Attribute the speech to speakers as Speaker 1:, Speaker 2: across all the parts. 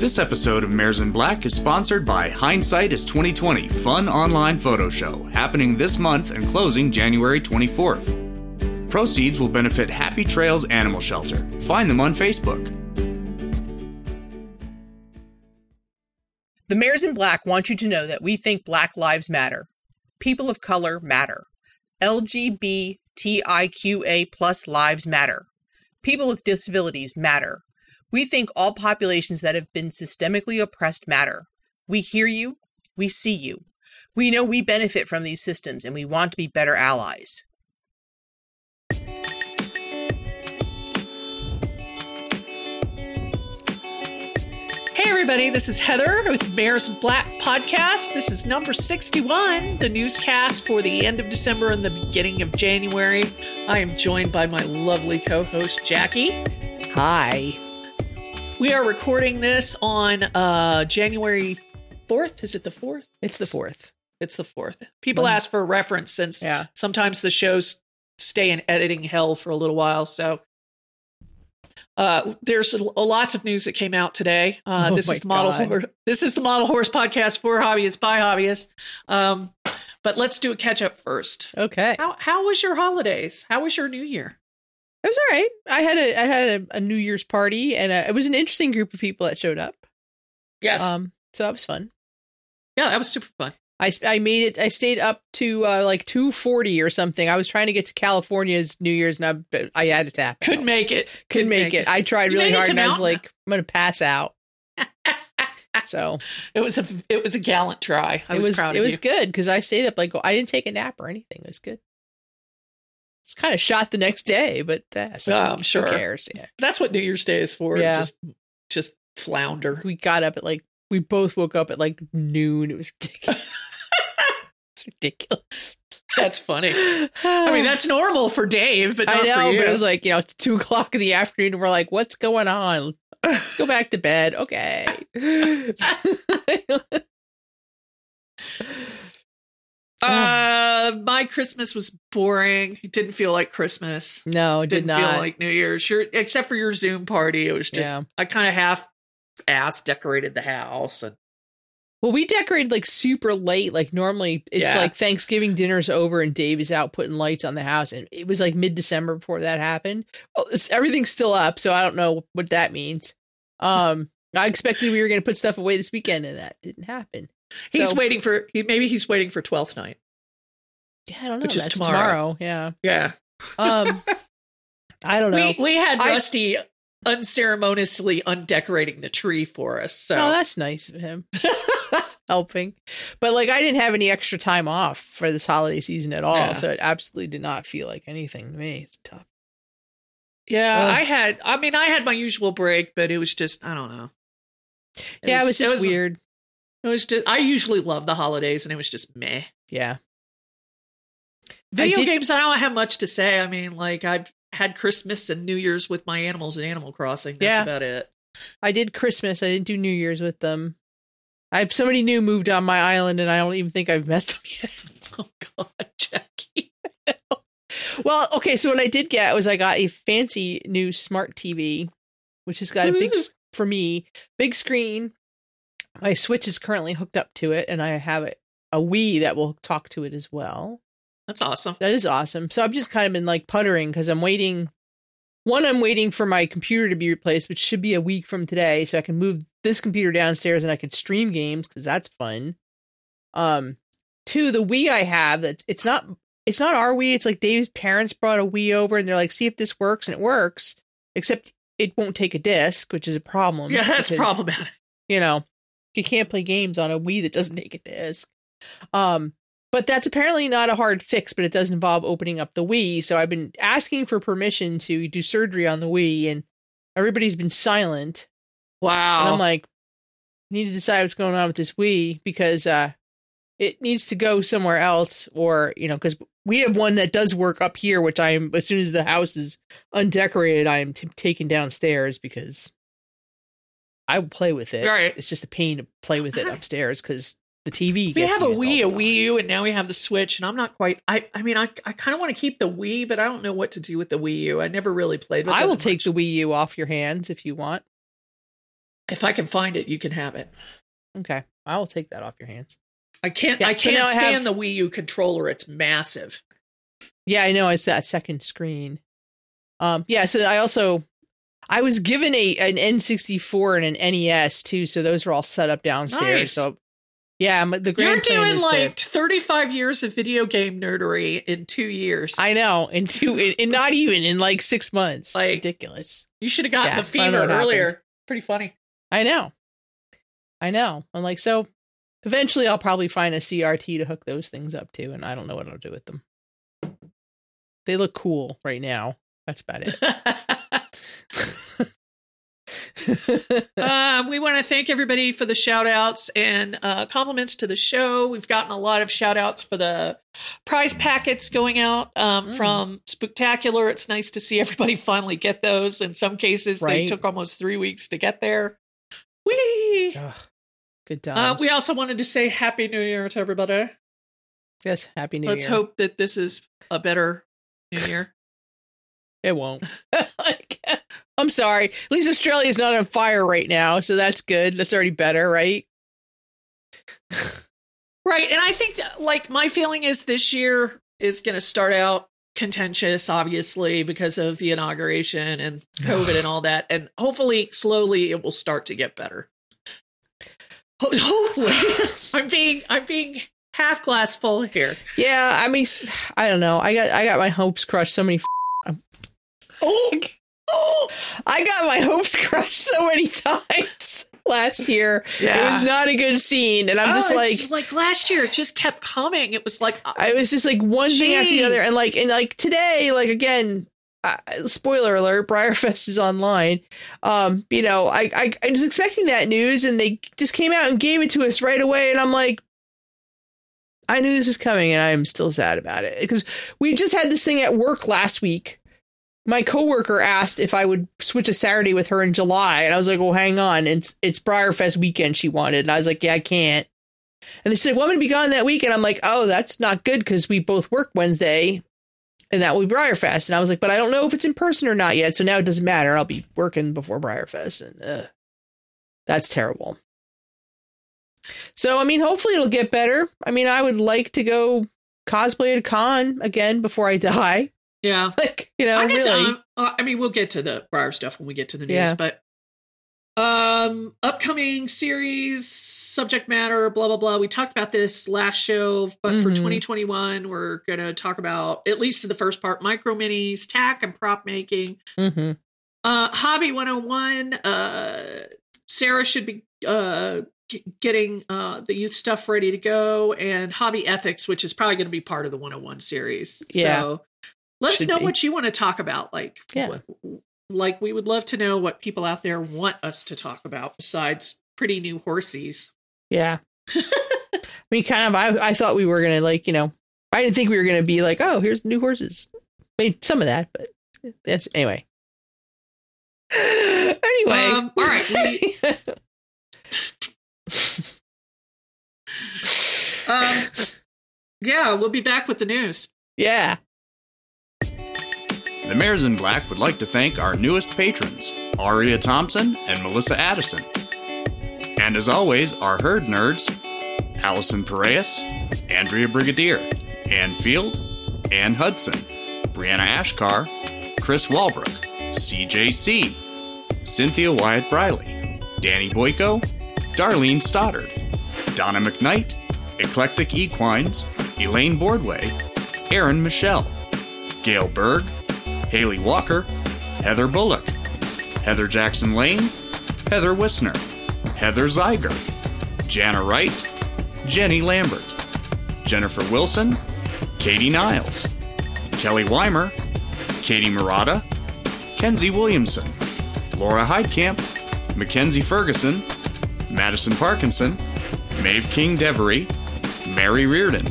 Speaker 1: This episode of Mares in Black is sponsored by Hindsight is 2020 Fun Online Photo Show, happening this month and closing January 24th. Proceeds will benefit Happy Trails Animal Shelter. Find them on Facebook.
Speaker 2: The Mayors in Black want you to know that we think Black Lives Matter. People of color matter. LGBTIQA plus lives matter. People with disabilities matter. We think all populations that have been systemically oppressed matter. We hear you. We see you. We know we benefit from these systems and we want to be better allies.
Speaker 3: Hey, everybody, this is Heather with Bears Black Podcast. This is number 61, the newscast for the end of December and the beginning of January. I am joined by my lovely co host, Jackie.
Speaker 2: Hi.
Speaker 3: We are recording this on uh, January 4th. Is it the 4th?
Speaker 2: It's the fourth.
Speaker 3: It's the 4th. People ask for a reference since
Speaker 2: Yeah.
Speaker 3: sometimes the shows stay in editing hell for a little while. So uh, there's a- lots of news that came out today. Uh,
Speaker 2: Oh
Speaker 3: this
Speaker 2: my
Speaker 3: is the model.
Speaker 2: God.
Speaker 3: Hor- this is the model horse podcast for hobbyists by hobbyists. Um, but let's do a catch up first.
Speaker 2: Okay.
Speaker 3: How how was your holidays? How was your New Year?
Speaker 2: It was all right. I had a I had a, a New Year's party and uh it was an interesting group of people that showed up.
Speaker 3: Yes,
Speaker 2: Um so that was fun.
Speaker 3: yeah, that was super fun.
Speaker 2: I, sp- I made it. I stayed up to uh, like two forty or something. I was trying to get to California's New Year's, and I but I had a tap.
Speaker 3: Couldn't make it.
Speaker 2: couldn't make, it. I tried
Speaker 3: You
Speaker 2: really
Speaker 3: made it
Speaker 2: hard,
Speaker 3: to
Speaker 2: and I was
Speaker 3: Mountain.
Speaker 2: like, I'm gonna pass out. so
Speaker 3: It was a it was a gallant try. I
Speaker 2: it
Speaker 3: was,
Speaker 2: was
Speaker 3: proud of
Speaker 2: it was
Speaker 3: you.
Speaker 2: good because I stayed up like I didn't take a nap or anything. It was good. It's kind of shot the next day, but that's
Speaker 3: Oh, I'm sure.
Speaker 2: Who cares? Yeah.
Speaker 3: That's what New Year's Day is for.
Speaker 2: Yeah.
Speaker 3: Just just flounder.
Speaker 2: We got up at like we both woke up at like noon. It was ridiculous. it's ridiculous.
Speaker 3: That's funny. I
Speaker 2: I
Speaker 3: mean, that's normal for Dave, but not
Speaker 2: I know,
Speaker 3: for you.
Speaker 2: but it was like you know, it's two o'clock in the afternoon, and we're like, "What's going on? Let's go back to bed." Okay.
Speaker 3: uh, my Christmas was boring. It didn't feel like Christmas.
Speaker 2: no, it
Speaker 3: Didn't
Speaker 2: did not.
Speaker 3: feel like New Year's. Your, except for your Zoom party, it was just
Speaker 2: Yeah.
Speaker 3: I kind of half ass decorated the house and
Speaker 2: well, we decorated like super late. Like normally, it's
Speaker 3: Yeah.
Speaker 2: like Thanksgiving dinner's over, and Dave is out putting lights on the house, and it was like mid December before that happened. Oh, it's, everything's still up, so I don't know what that means. Um, I expected we were going to put stuff away this weekend, and that didn't happen.
Speaker 3: he's
Speaker 2: So-
Speaker 3: waiting for he, maybe he's waiting for Twelfth Night.
Speaker 2: Yeah, I don't know.
Speaker 3: Which is
Speaker 2: That's tomorrow.
Speaker 3: tomorrow.
Speaker 2: Yeah.
Speaker 3: Yeah,
Speaker 2: Um, I don't know.
Speaker 3: we we had
Speaker 2: I-
Speaker 3: Rusty unceremoniously undecorating the tree for us. So
Speaker 2: Oh, that's nice of him helping. But like, I didn't have any extra time off for this holiday season at all,
Speaker 3: Yeah.
Speaker 2: so it absolutely did not feel like anything to me. It's tough.
Speaker 3: Yeah,
Speaker 2: Ugh.
Speaker 3: I had. I mean, I had my usual break, but it was just I don't know.
Speaker 2: yeah, it was just weird.
Speaker 3: It was just. I usually love the holidays, and it was just meh.
Speaker 2: Yeah,
Speaker 3: Video
Speaker 2: did-
Speaker 3: games. I don't have much to say. I mean, like I've had Christmas and New Year's with my animals and Animal Crossing. That's
Speaker 2: Yeah.
Speaker 3: about it.
Speaker 2: I did Christmas. I didn't do New Year's with them. I have somebody new moved on my island, and I don't even think I've met them yet.
Speaker 3: Oh God, Jackie.
Speaker 2: Well, okay. So what I did get was I got a fancy new smart TV, which has got a big
Speaker 3: Woohoo.
Speaker 2: s- for me big screen. My Switch is currently hooked up to it, and I have it, a Wii that will talk to it as well.
Speaker 3: That's awesome.
Speaker 2: That is awesome. So I've just kind of been like puttering because I'm waiting. One, I'm waiting for my computer to be replaced, which should be a week from today, so I can move this computer downstairs and I can stream games because that's fun. Um, two, the Wii I have that it's not it's not our Wii. It's like Dave's parents brought a Wii over and they're like, see if this works, and it works. Except it won't take a disc, which is a problem.
Speaker 3: Yeah, that's
Speaker 2: because-
Speaker 3: problematic.
Speaker 2: you know you can't play games on a wii that doesn't take a disc um but that's apparently not a hard fix but it does involve opening up the wii so i've been asking for permission to do surgery on the wii and everybody's been silent and
Speaker 3: Wow.
Speaker 2: i'm like I need to decide what's going on with this wii because uh it needs to go somewhere else or you know because we have one that does work up here which i am as soon as the house is undecorated i am t- taken downstairs because i will play with it
Speaker 3: Right.
Speaker 2: it's just a pain to play with it upstairs because the tv
Speaker 3: we
Speaker 2: gets
Speaker 3: have a
Speaker 2: used all
Speaker 3: Wii,
Speaker 2: the
Speaker 3: a
Speaker 2: time.
Speaker 3: Wii U, and now we have the Switch. And I'm not quite. I. I mean, I. I kind of want to keep the Wii, but I don't know what to do with the Wii U. I never really played with.
Speaker 2: i
Speaker 3: it
Speaker 2: will
Speaker 3: much.
Speaker 2: take the wii u off your hands if you want
Speaker 3: If I can find it, you can have it.
Speaker 2: Okay, I will take that off your hands.
Speaker 3: I can't.
Speaker 2: Yeah,
Speaker 3: I
Speaker 2: so
Speaker 3: can't
Speaker 2: now I
Speaker 3: stand
Speaker 2: have-
Speaker 3: the Wii U controller. It's massive.
Speaker 2: Yeah, I know it's that second screen. Um, yeah, so I also I was given a an N64 and an NES too, so those were all set up downstairs.
Speaker 3: Nice.
Speaker 2: So yeah, my- the
Speaker 3: You're
Speaker 2: grand plan
Speaker 3: doing
Speaker 2: is
Speaker 3: like 35 years of video game nerdery in two years.
Speaker 2: that, I know, in two, in, in not even in like six months.
Speaker 3: Like-
Speaker 2: it's ridiculous.
Speaker 3: you should have gotten
Speaker 2: Yeah,
Speaker 3: the
Speaker 2: I don't know
Speaker 3: fever
Speaker 2: what happened.
Speaker 3: earlier. Pretty funny.
Speaker 2: I know, I know. I'm like, so eventually I'll probably find a CRT to hook those things up to, and I don't know what I'll do with them. They look cool right now. That's about it.
Speaker 3: uh, we want to thank everybody for the shout outs and uh, compliments to the show. We've gotten a lot of shout outs for the prize packets going out um,
Speaker 2: Mm.
Speaker 3: from Spooktacular. It's nice to see everybody finally get those. In some cases, they
Speaker 2: Right.
Speaker 3: took almost three weeks to get there. Whee!
Speaker 2: Ugh, good
Speaker 3: Uh,
Speaker 2: times.
Speaker 3: we also wanted to say Happy New Year to everybody.
Speaker 2: yes, happy new
Speaker 3: Let's
Speaker 2: year.
Speaker 3: hope that this is a better New Year.
Speaker 2: it won't. like, I'm sorry. At least Australia's not on fire right now, so that's good. That's already better, right?
Speaker 3: Right. And I think that, like my feeling is this year is going to start out contentious obviously because of the inauguration and covid and all that and hopefully slowly it will start to get better. Ho- hopefully. I'm being I'm being half glass full here.
Speaker 2: Yeah, I mean, s- I don't know. I got I got my hopes crushed so many. F-
Speaker 3: Oh,
Speaker 2: oh, I got my hopes crushed so many times last year. It was not a good scene, and I'm just
Speaker 3: Oh,
Speaker 2: like,
Speaker 3: it's like last year it just kept coming. It was like uh,
Speaker 2: I was just like one thing after the other,
Speaker 3: Jeez.
Speaker 2: and like and like today, like again, uh, spoiler alert, Briarfest is online. Um, you know, I, I I was expecting that news, and they just came out and gave it to us right away, and I'm like, I knew this was coming, and I'm still sad about it because we just had this thing at work last week. My coworker asked if I would switch a Saturday with her in July, and I was like, "Well, hang on, it's it's Briarfest weekend." She wanted, and I was like, "Yeah, I can't." And they said, Well, I'm going to be gone that week. And I'm like, Oh, that's not good because we both work Wednesday and that will be Briarfest. And I was like, But I don't know if it's in person or not yet. So now it doesn't matter. I'll be working before Briarfest. And uh, that's terrible. So, I mean, hopefully it'll get better. I mean, I would like to go cosplay at a con again before I die.
Speaker 3: yeah.
Speaker 2: Like, you know,
Speaker 3: I'm just,
Speaker 2: really.
Speaker 3: um, uh, I mean, we'll get to the Briar stuff when we get to the news,
Speaker 2: Yeah.
Speaker 3: but um, upcoming series, subject matter, blah blah blah. We talked about this last show, but for
Speaker 2: Mhm.
Speaker 3: 2021, we're gonna talk about at least the first part: micro minis, tack and prop making,
Speaker 2: Mhm.
Speaker 3: uh, hobby 101. Uh, Sarah should be uh g- getting uh the youth stuff ready to go and hobby ethics which is probably going to be part of the 101 series
Speaker 2: Yeah.
Speaker 3: so let us
Speaker 2: Should
Speaker 3: know
Speaker 2: be.
Speaker 3: what you want to talk about like
Speaker 2: Yeah.
Speaker 3: what, like we would love to know what people out there want us to talk about besides pretty new horsies
Speaker 2: Yeah. I mean, kind of, I, I thought we were going to, like, you know, I didn't think we were going to be like, oh, here's the new horses. I mean, some of that, but that's anyway. Anyway.
Speaker 3: Um, all right, we- um yeah we'll be back with the news
Speaker 2: yeah.
Speaker 1: The Mares in Black would like to thank our newest patrons, Aria Thompson and Melissa Addison. And as always, our herd nerds, Allison Piraeus, Andrea Brigadier, Ann Field, Ann Hudson, Brianna Ashkar, Chris Walbrook, CJC, Cynthia Wyatt Briley, Danny Boyko, Darlene Stoddard, Donna McKnight, Eclectic Equines, Elaine Boardway, Aaron Michelle, Gail Berg, Haley Walker, Heather Bullock, Heather Jackson Lane, Heather Wissner, Heather Zeiger, Jana Wright, Jenny Lambert, Jennifer Wilson, Katie Niles, Kelly Weimer, Katie Murata, Kenzie Williamson, Laura Heidkamp, Mackenzie Ferguson, Madison Parkinson, Maeve King Devery, Mary Reardon,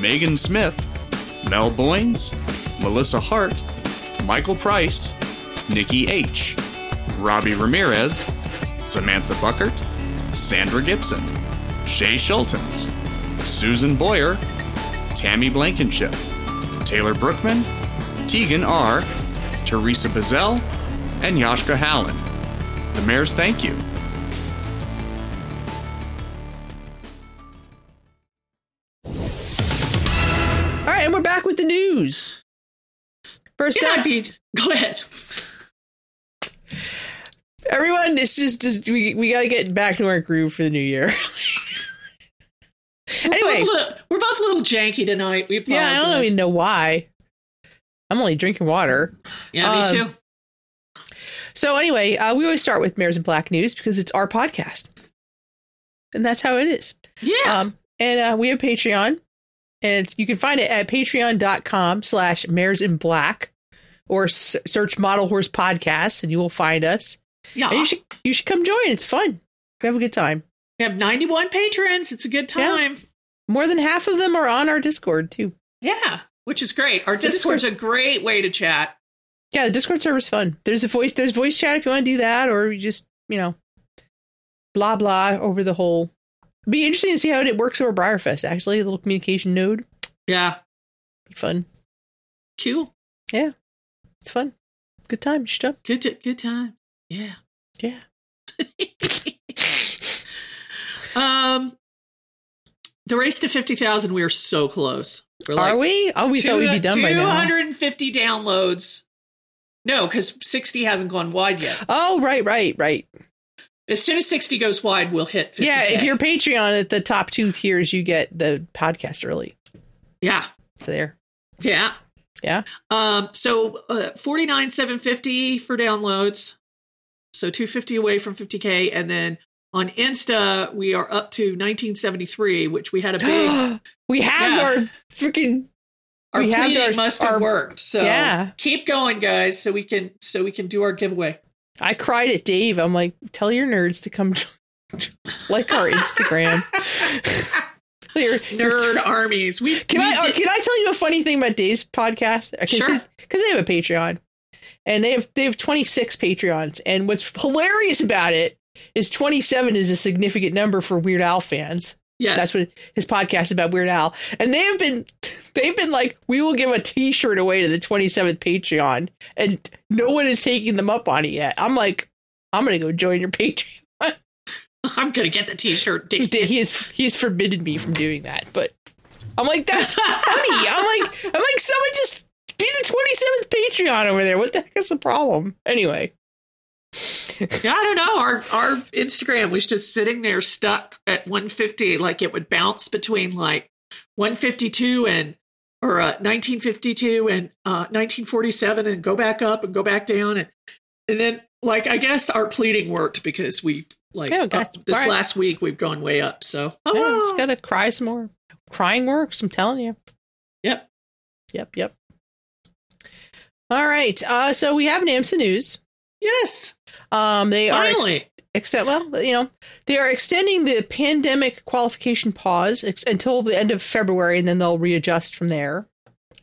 Speaker 1: Megan Smith, Mel Boynes, Melissa Hart, Michael Price, Nikki H., Robbie Ramirez, Samantha Buckert, Sandra Gibson, Shay Shultons, Susan Boyer, Tammy Blankenship, Taylor Brookman, Tegan R., Teresa Bazell, and Yashka Hallen. The mayors thank you.
Speaker 2: news. First
Speaker 3: Yeah,
Speaker 2: up,
Speaker 3: I'd be. Go ahead.
Speaker 2: everyone, it's just, just we we got to get back to our groove for the new year.
Speaker 3: We're
Speaker 2: anyway,
Speaker 3: both, a little- we're both a little janky tonight. We
Speaker 2: yeah, I don't
Speaker 3: apologize.
Speaker 2: even know why. I'm only drinking water.
Speaker 3: Yeah, me
Speaker 2: um,
Speaker 3: too.
Speaker 2: So anyway, uh, we always start with Mares and Black News because it's our podcast, and that's how it is.
Speaker 3: Yeah.
Speaker 2: Um, and uh, we have Patreon, and it's, you can find it at patreon.com slash mares in black or s- search model horse podcast and you will find us.
Speaker 3: yeah.
Speaker 2: And you should you should come join. It's fun. We have a good time.
Speaker 3: we have 91 patrons. It's a good
Speaker 2: Yeah.
Speaker 3: time.
Speaker 2: More than half of them are on our Discord too.
Speaker 3: Yeah. Which is great. Our
Speaker 2: The
Speaker 3: Discord's a
Speaker 2: Discord's-
Speaker 3: great way to chat.
Speaker 2: Yeah, the Discord server's fun. There's a voice there's voice chat if you want to do that, or you just, you know, blah blah over the whole It'd be interesting to see how it works over Briarfest, actually. A little communication node.
Speaker 3: Yeah.
Speaker 2: Be fun.
Speaker 3: Cool.
Speaker 2: It's fun. Good time. You should come.
Speaker 3: Good, t- good time. Yeah.
Speaker 2: Yeah.
Speaker 3: um, the race to 50,000, we are so close. We're
Speaker 2: are we? Oh, we thought we'd be done by now.
Speaker 3: 250 downloads. No, because 60 hasn't gone wide yet.
Speaker 2: Oh, right, right, right.
Speaker 3: As soon as 60 goes wide, we'll hit 50
Speaker 2: Yeah, if you're Patreon at the top two tiers, you get the podcast early.
Speaker 3: Yeah.
Speaker 2: It's there.
Speaker 3: Yeah.
Speaker 2: Yeah.
Speaker 3: Um, so uh, 49, 750 for downloads. So 250 away from 50K. And then on Insta, we are up to 1973, which we had a big,
Speaker 2: we have
Speaker 3: Yeah.
Speaker 2: our freaking
Speaker 3: our
Speaker 2: We have
Speaker 3: pleading
Speaker 2: our-
Speaker 3: must have
Speaker 2: our-
Speaker 3: worked. So
Speaker 2: Yeah.
Speaker 3: keep going guys. So we can, so we can do our giveaway.
Speaker 2: I cried at Dave. I'm like, tell your nerds to come jo- like our Instagram. Your- your-
Speaker 3: Nerd armies. We,
Speaker 2: Can
Speaker 3: we
Speaker 2: I oh,
Speaker 3: did-
Speaker 2: can I tell you a funny thing about Dave's podcast? Uh,
Speaker 3: Sure.
Speaker 2: Because they have a Patreon, and they have they have 26 Patreons. And what's hilarious about it is 27 is a significant number for Weird Al fans.
Speaker 3: yes.
Speaker 2: That's what his podcast is about Weird Al. And they have been they've been like, we will give a t-shirt away to the 27th Patreon. And no one is taking them up on it yet. I'm like, I'm gonna go join your Patreon.
Speaker 3: I'm going to get the t-shirt.
Speaker 2: He is he's forbidden me from doing that, but I'm like, that's funny. I'm like, I'm like, someone just be the 27th Patreon over there. What the heck is the problem? Anyway.
Speaker 3: Yeah, I don't know. Our our Instagram was just sitting there stuck at 150. Like it would bounce between like 152 and or uh, 1952 and uh, 1947 and go back up and go back down and and then like I guess our pleading worked because we like
Speaker 2: Yeah,
Speaker 3: up-
Speaker 2: that's-
Speaker 3: this
Speaker 2: all right.
Speaker 3: last week we've gone way up. So
Speaker 2: Yeah,
Speaker 3: oh,
Speaker 2: just gotta cry some more. Crying works, I'm telling you.
Speaker 3: yep.
Speaker 2: Yep, yep. All right. Uh, so we have an AMSA news.
Speaker 3: Yes,
Speaker 2: Um, they are ex-
Speaker 3: finally.
Speaker 2: except well, you know, they are extending the pandemic qualification pause ex- until the end of February, and then they'll readjust from there,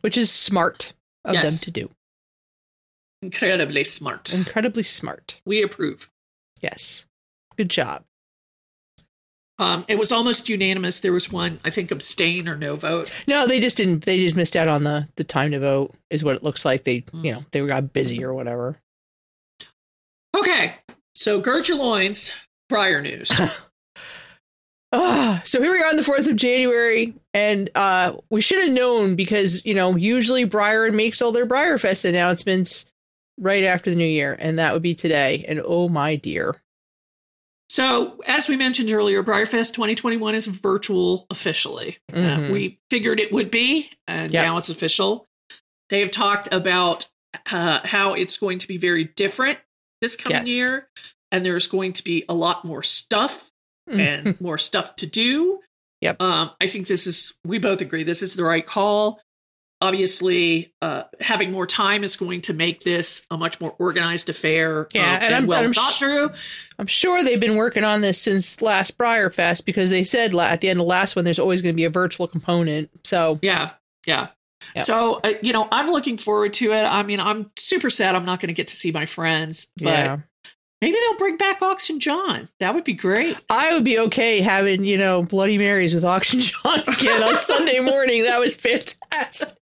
Speaker 2: which is smart of
Speaker 3: Yes.
Speaker 2: them to do.
Speaker 3: Incredibly smart.
Speaker 2: Incredibly smart.
Speaker 3: We approve.
Speaker 2: Yes, good job.
Speaker 3: Um, it was almost unanimous. There was one, I think, abstain or no vote.
Speaker 2: No, they just didn't. They just missed out on the the time to vote. Is what it looks like. They you know they got busy or whatever.
Speaker 3: Okay. So gird your loins, Briar News.
Speaker 2: Ah, so here we are on the 4th of January, and uh, we should have known because, you know, usually Briar makes all their Briarfest announcements right after the new year, and that would be today. And oh my dear.
Speaker 3: so, as we mentioned earlier, Briarfest 2021 is virtual officially. Uh,
Speaker 2: Mhm.
Speaker 3: we figured it would be, and
Speaker 2: Yep.
Speaker 3: now it's official. They have talked about uh, how it's going to be very different this coming
Speaker 2: Yes.
Speaker 3: year, and there's going to be a lot more stuff and more stuff to do.
Speaker 2: Hmm. Yep.
Speaker 3: Um, I think this is, we both agree, this is the right call. Obviously, uh, having more time is going to make this a much more organized affair.
Speaker 2: Yeah,
Speaker 3: um,
Speaker 2: and
Speaker 3: and,
Speaker 2: I'm-
Speaker 3: well
Speaker 2: I'm
Speaker 3: thought
Speaker 2: sh-
Speaker 3: through.
Speaker 2: I'm sure they've been working on this since last Briarfest because they said la- at the end of last one, there's always going to be a virtual component. So,
Speaker 3: Yeah, yeah.
Speaker 2: Yep.
Speaker 3: So, uh, you know, I'm looking forward to it. I mean, I'm super sad I'm not going to get to see my friends, but
Speaker 2: yeah.
Speaker 3: maybe they'll bring back Ox and John. That would be great.
Speaker 2: I would be okay having, you know, Bloody Marys with Auction John again on Sunday morning. That was fantastic.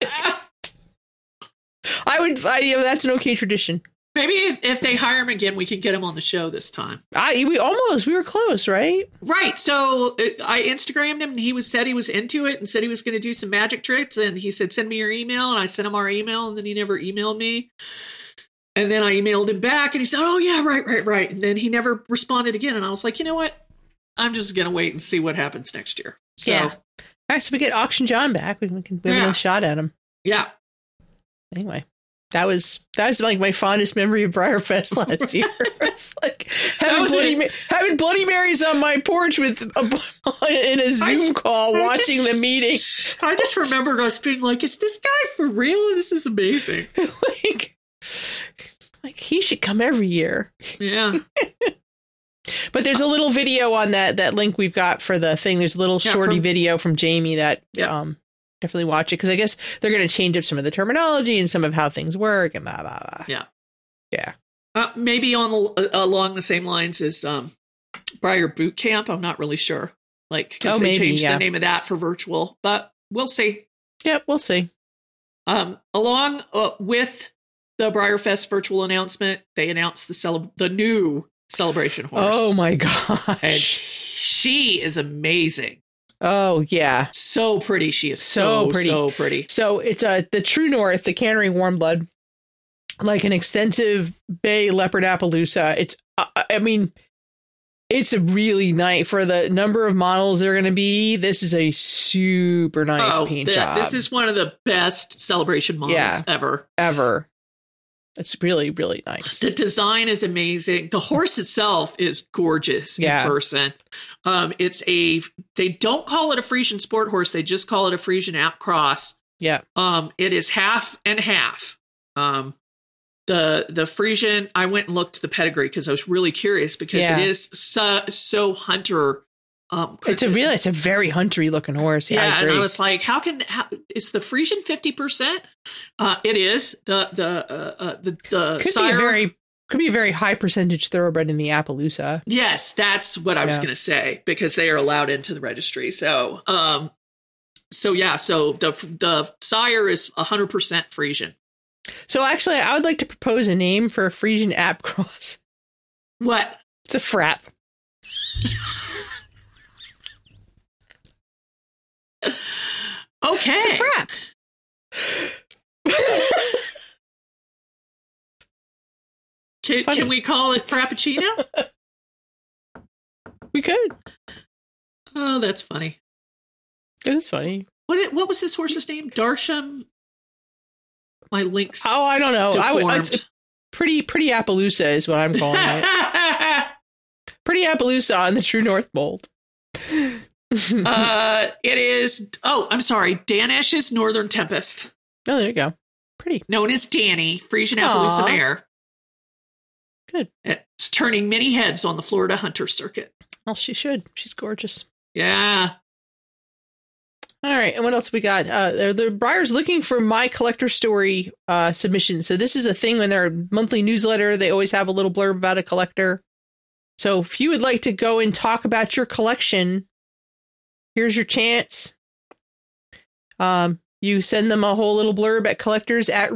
Speaker 2: I would, I, you know, that's an okay tradition.
Speaker 3: Maybe if, if they hire him again, we can get him on the show this time.
Speaker 2: I we almost we were close, right?
Speaker 3: Right. So uh, I Instagrammed him and he was said he was into it and said he was going to do some magic tricks. And he said, send me your email. And I sent him our email and then he never emailed me. And then I emailed him back and he said, oh, yeah, right, right, right. And then he never responded again. And I was like, you know what? I'm just going to wait and see what happens next year. So, yeah.
Speaker 2: Yeah. All right, so we get Auction John back. We can we can have
Speaker 3: Yeah.
Speaker 2: a shot at him. Anyway, that was that was like my fondest memory of Briarfest last year. it's like having
Speaker 3: was
Speaker 2: Bloody,
Speaker 3: it.
Speaker 2: Ma- having Bloody Marys on my porch with a, in a Zoom call,
Speaker 3: I
Speaker 2: watching
Speaker 3: just-
Speaker 2: the meeting.
Speaker 3: I just remember us being like, is this guy for real? This is amazing.
Speaker 2: like, like he should come every year.
Speaker 3: Yeah.
Speaker 2: But there's a little video on that that link we've got for the thing. There's a little
Speaker 3: Yeah,
Speaker 2: shorty
Speaker 3: from-
Speaker 2: video from Jamie that
Speaker 3: Yeah.
Speaker 2: um definitely watch it because I guess they're going to change up some of the terminology and some of how things work and blah blah blah.
Speaker 3: Yeah.
Speaker 2: Yeah.
Speaker 3: Uh, maybe on uh, along the same lines as um, Briar Boot Camp. I'm not really sure. Like, because
Speaker 2: Oh,
Speaker 3: they
Speaker 2: maybe,
Speaker 3: changed
Speaker 2: yeah.
Speaker 3: the name of that for virtual, but we'll see.
Speaker 2: Yep, we'll see.
Speaker 3: Um, along uh, with the Briarfest virtual announcement, they announced the cele- the new celebration horse.
Speaker 2: Oh my
Speaker 3: and
Speaker 2: gosh.
Speaker 3: she is amazing.
Speaker 2: Oh yeah.
Speaker 3: So pretty. She is so,
Speaker 2: So
Speaker 3: so
Speaker 2: pretty.
Speaker 3: pretty.
Speaker 2: So it's uh the True North, the Cannery Warm Blood, like an extensive Bay Leopard Appaloosa. It's uh, I mean, it's a really nice for the number of models they're going to be. This is a super nice
Speaker 3: Oh,
Speaker 2: paint
Speaker 3: th-
Speaker 2: job.
Speaker 3: This is one of the best celebration models
Speaker 2: Yeah.
Speaker 3: ever.
Speaker 2: ever. It's really, really nice.
Speaker 3: The design is amazing. The horse itself is gorgeous
Speaker 2: Yeah.
Speaker 3: in person. Um, it's a they don't call it a Frisian sport horse; they just call it a Frisian app cross.
Speaker 2: Yeah.
Speaker 3: Um, it is half and half. Um, the the Frisian. I went and looked the pedigree because I was really curious because
Speaker 2: Yeah.
Speaker 3: it is so so hunter. Um,
Speaker 2: It's a really, it's a very huntery looking horse. Yeah, I
Speaker 3: yeah,
Speaker 2: agree.
Speaker 3: and I was like, "How can how, is the Frisian fifty percent?" Uh, it is the the uh, uh, the the
Speaker 2: could be
Speaker 3: sire-
Speaker 2: a very, could be a very high percentage thoroughbred in the Appaloosa.
Speaker 3: Yes, that's what I was
Speaker 2: Yeah.
Speaker 3: going to say because they are allowed into the registry. So, um, so yeah, so the the sire is hundred percent Frisian.
Speaker 2: So actually, I would like to propose a name for a Frisian app cross.
Speaker 3: What?
Speaker 2: It's a frap.
Speaker 3: Okay,
Speaker 2: It's a frap.
Speaker 3: can,
Speaker 2: It's funny.
Speaker 3: can we call it Frappuccino?
Speaker 2: We could.
Speaker 3: oh, that's funny.
Speaker 2: It was funny.
Speaker 3: What it- what was his horse's name? Darsham. My links
Speaker 2: Oh, I don't know. I would,
Speaker 3: deformed.
Speaker 2: it's pretty, pretty Appaloosa is what I'm calling it. pretty Appaloosa on the True North mold. Oh,
Speaker 3: uh, it is. Oh, I'm sorry. Danish's Northern Tempest,
Speaker 2: Oh, there you go. Pretty.
Speaker 3: known as Danny, Frisian
Speaker 2: Aw.
Speaker 3: Appaloosa mare.
Speaker 2: Good.
Speaker 3: It's turning many heads on the Florida Hunter Circuit.
Speaker 2: Well, she should. She's gorgeous.
Speaker 3: Yeah.
Speaker 2: All right, and what else we got? Uh, the- the Briar's looking for my collector story uh, submission. So this is a thing in their monthly newsletter. They always have a little blurb about a collector. So if you would like to go and talk about your collection, here's your chance. Um, you send them a whole little blurb at collectors at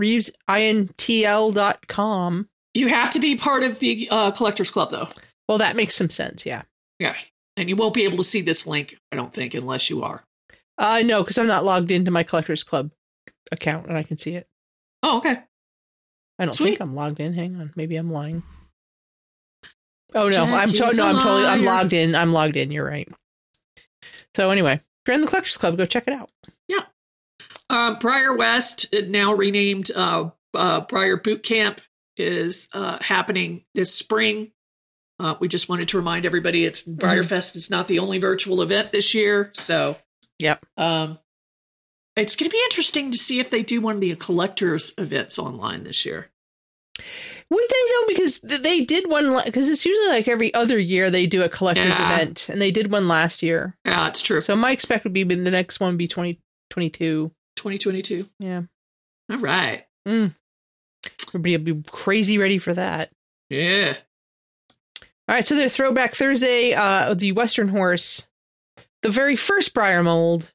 Speaker 2: reevesintl.com.
Speaker 3: You have to be part of the uh, Collectors Club, though.
Speaker 2: Well, that makes some sense, yeah.
Speaker 3: Yeah. And you won't be able to see this link, I don't think, unless you are.
Speaker 2: Uh, no, because I'm not logged into my collectors club account and I can see it.
Speaker 3: Oh, okay.
Speaker 2: I don't
Speaker 3: Sweet.
Speaker 2: think I'm logged in. Hang on, maybe I'm lying. Oh no, I'm
Speaker 3: Jackie's
Speaker 2: to- no,
Speaker 3: a
Speaker 2: I'm totally I'm
Speaker 3: liar.
Speaker 2: logged in. I'm logged in. You're right. So anyway, if you're in the Collectors Club, go check it out.
Speaker 3: Um, Briar West, uh, now renamed uh, uh, Briar Boot Camp, is uh, happening this spring. Uh, we just wanted to remind everybody it's
Speaker 2: Mm-hmm.
Speaker 3: Briar Fest is not the only virtual event this year. So,
Speaker 2: Yep.
Speaker 3: um, it's going to be interesting to see if they do one of the collectors events online this year.
Speaker 2: Would they though? Because th- they did one because it's usually like every other year they do a collectors
Speaker 3: Yeah.
Speaker 2: event, and they did one last year.
Speaker 3: Yeah, Ah, it's true.
Speaker 2: So my expect would be the next one would be twenty twenty two.
Speaker 3: 2022.
Speaker 2: Yeah,
Speaker 3: All right.
Speaker 2: everybody will be crazy ready for that.
Speaker 3: Yeah.
Speaker 2: All right, so their throwback Thursday, uh, the Western horse, the very first briar mold,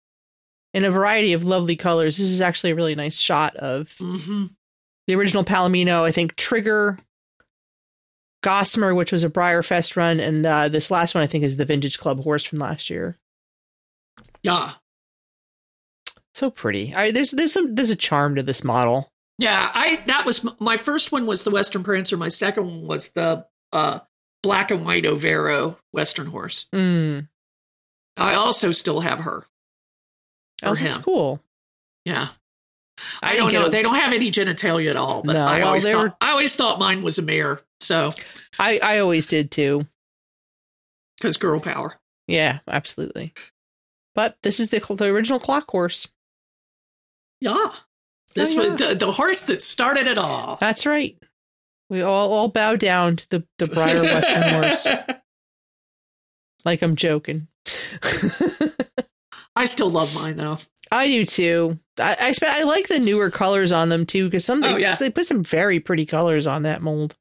Speaker 2: in a variety of lovely colors. This is actually a really nice shot of
Speaker 3: Mm-hmm.
Speaker 2: the original Palomino. I think Trigger, Gossamer, which was a Briarfest run, and uh, this last one I think is the Vintage Club horse from last year.
Speaker 3: Yeah.
Speaker 2: So pretty. I, there's there's some there's a charm to this model.
Speaker 3: Yeah, I that was m- my first one was the Western Prancer. My second one was the uh, black and white Overo Western horse.
Speaker 2: Mm.
Speaker 3: I also still have her.
Speaker 2: Oh,
Speaker 3: Or
Speaker 2: that's
Speaker 3: him.
Speaker 2: cool.
Speaker 3: Yeah,
Speaker 2: I
Speaker 3: I,
Speaker 2: didn't
Speaker 3: don't
Speaker 2: get
Speaker 3: know.
Speaker 2: a-
Speaker 3: They don't have any genitalia at all. But
Speaker 2: No,
Speaker 3: I
Speaker 2: well,
Speaker 3: always
Speaker 2: they
Speaker 3: thought
Speaker 2: were-
Speaker 3: I always thought mine was a mare. So
Speaker 2: I I always did too.
Speaker 3: because girl power.
Speaker 2: Yeah, absolutely. But this is the, the original clock horse.
Speaker 3: Yeah, this
Speaker 2: Oh, yeah.
Speaker 3: was the, the horse that started it all.
Speaker 2: That's right. We all all bow down to the the Briar Western horse. Like I'm joking.
Speaker 3: I still love mine though.
Speaker 2: I do too. I I, spe- I like the newer colors on them too because some
Speaker 3: Oh, yeah.
Speaker 2: 'cause they put some very pretty colors on that mold.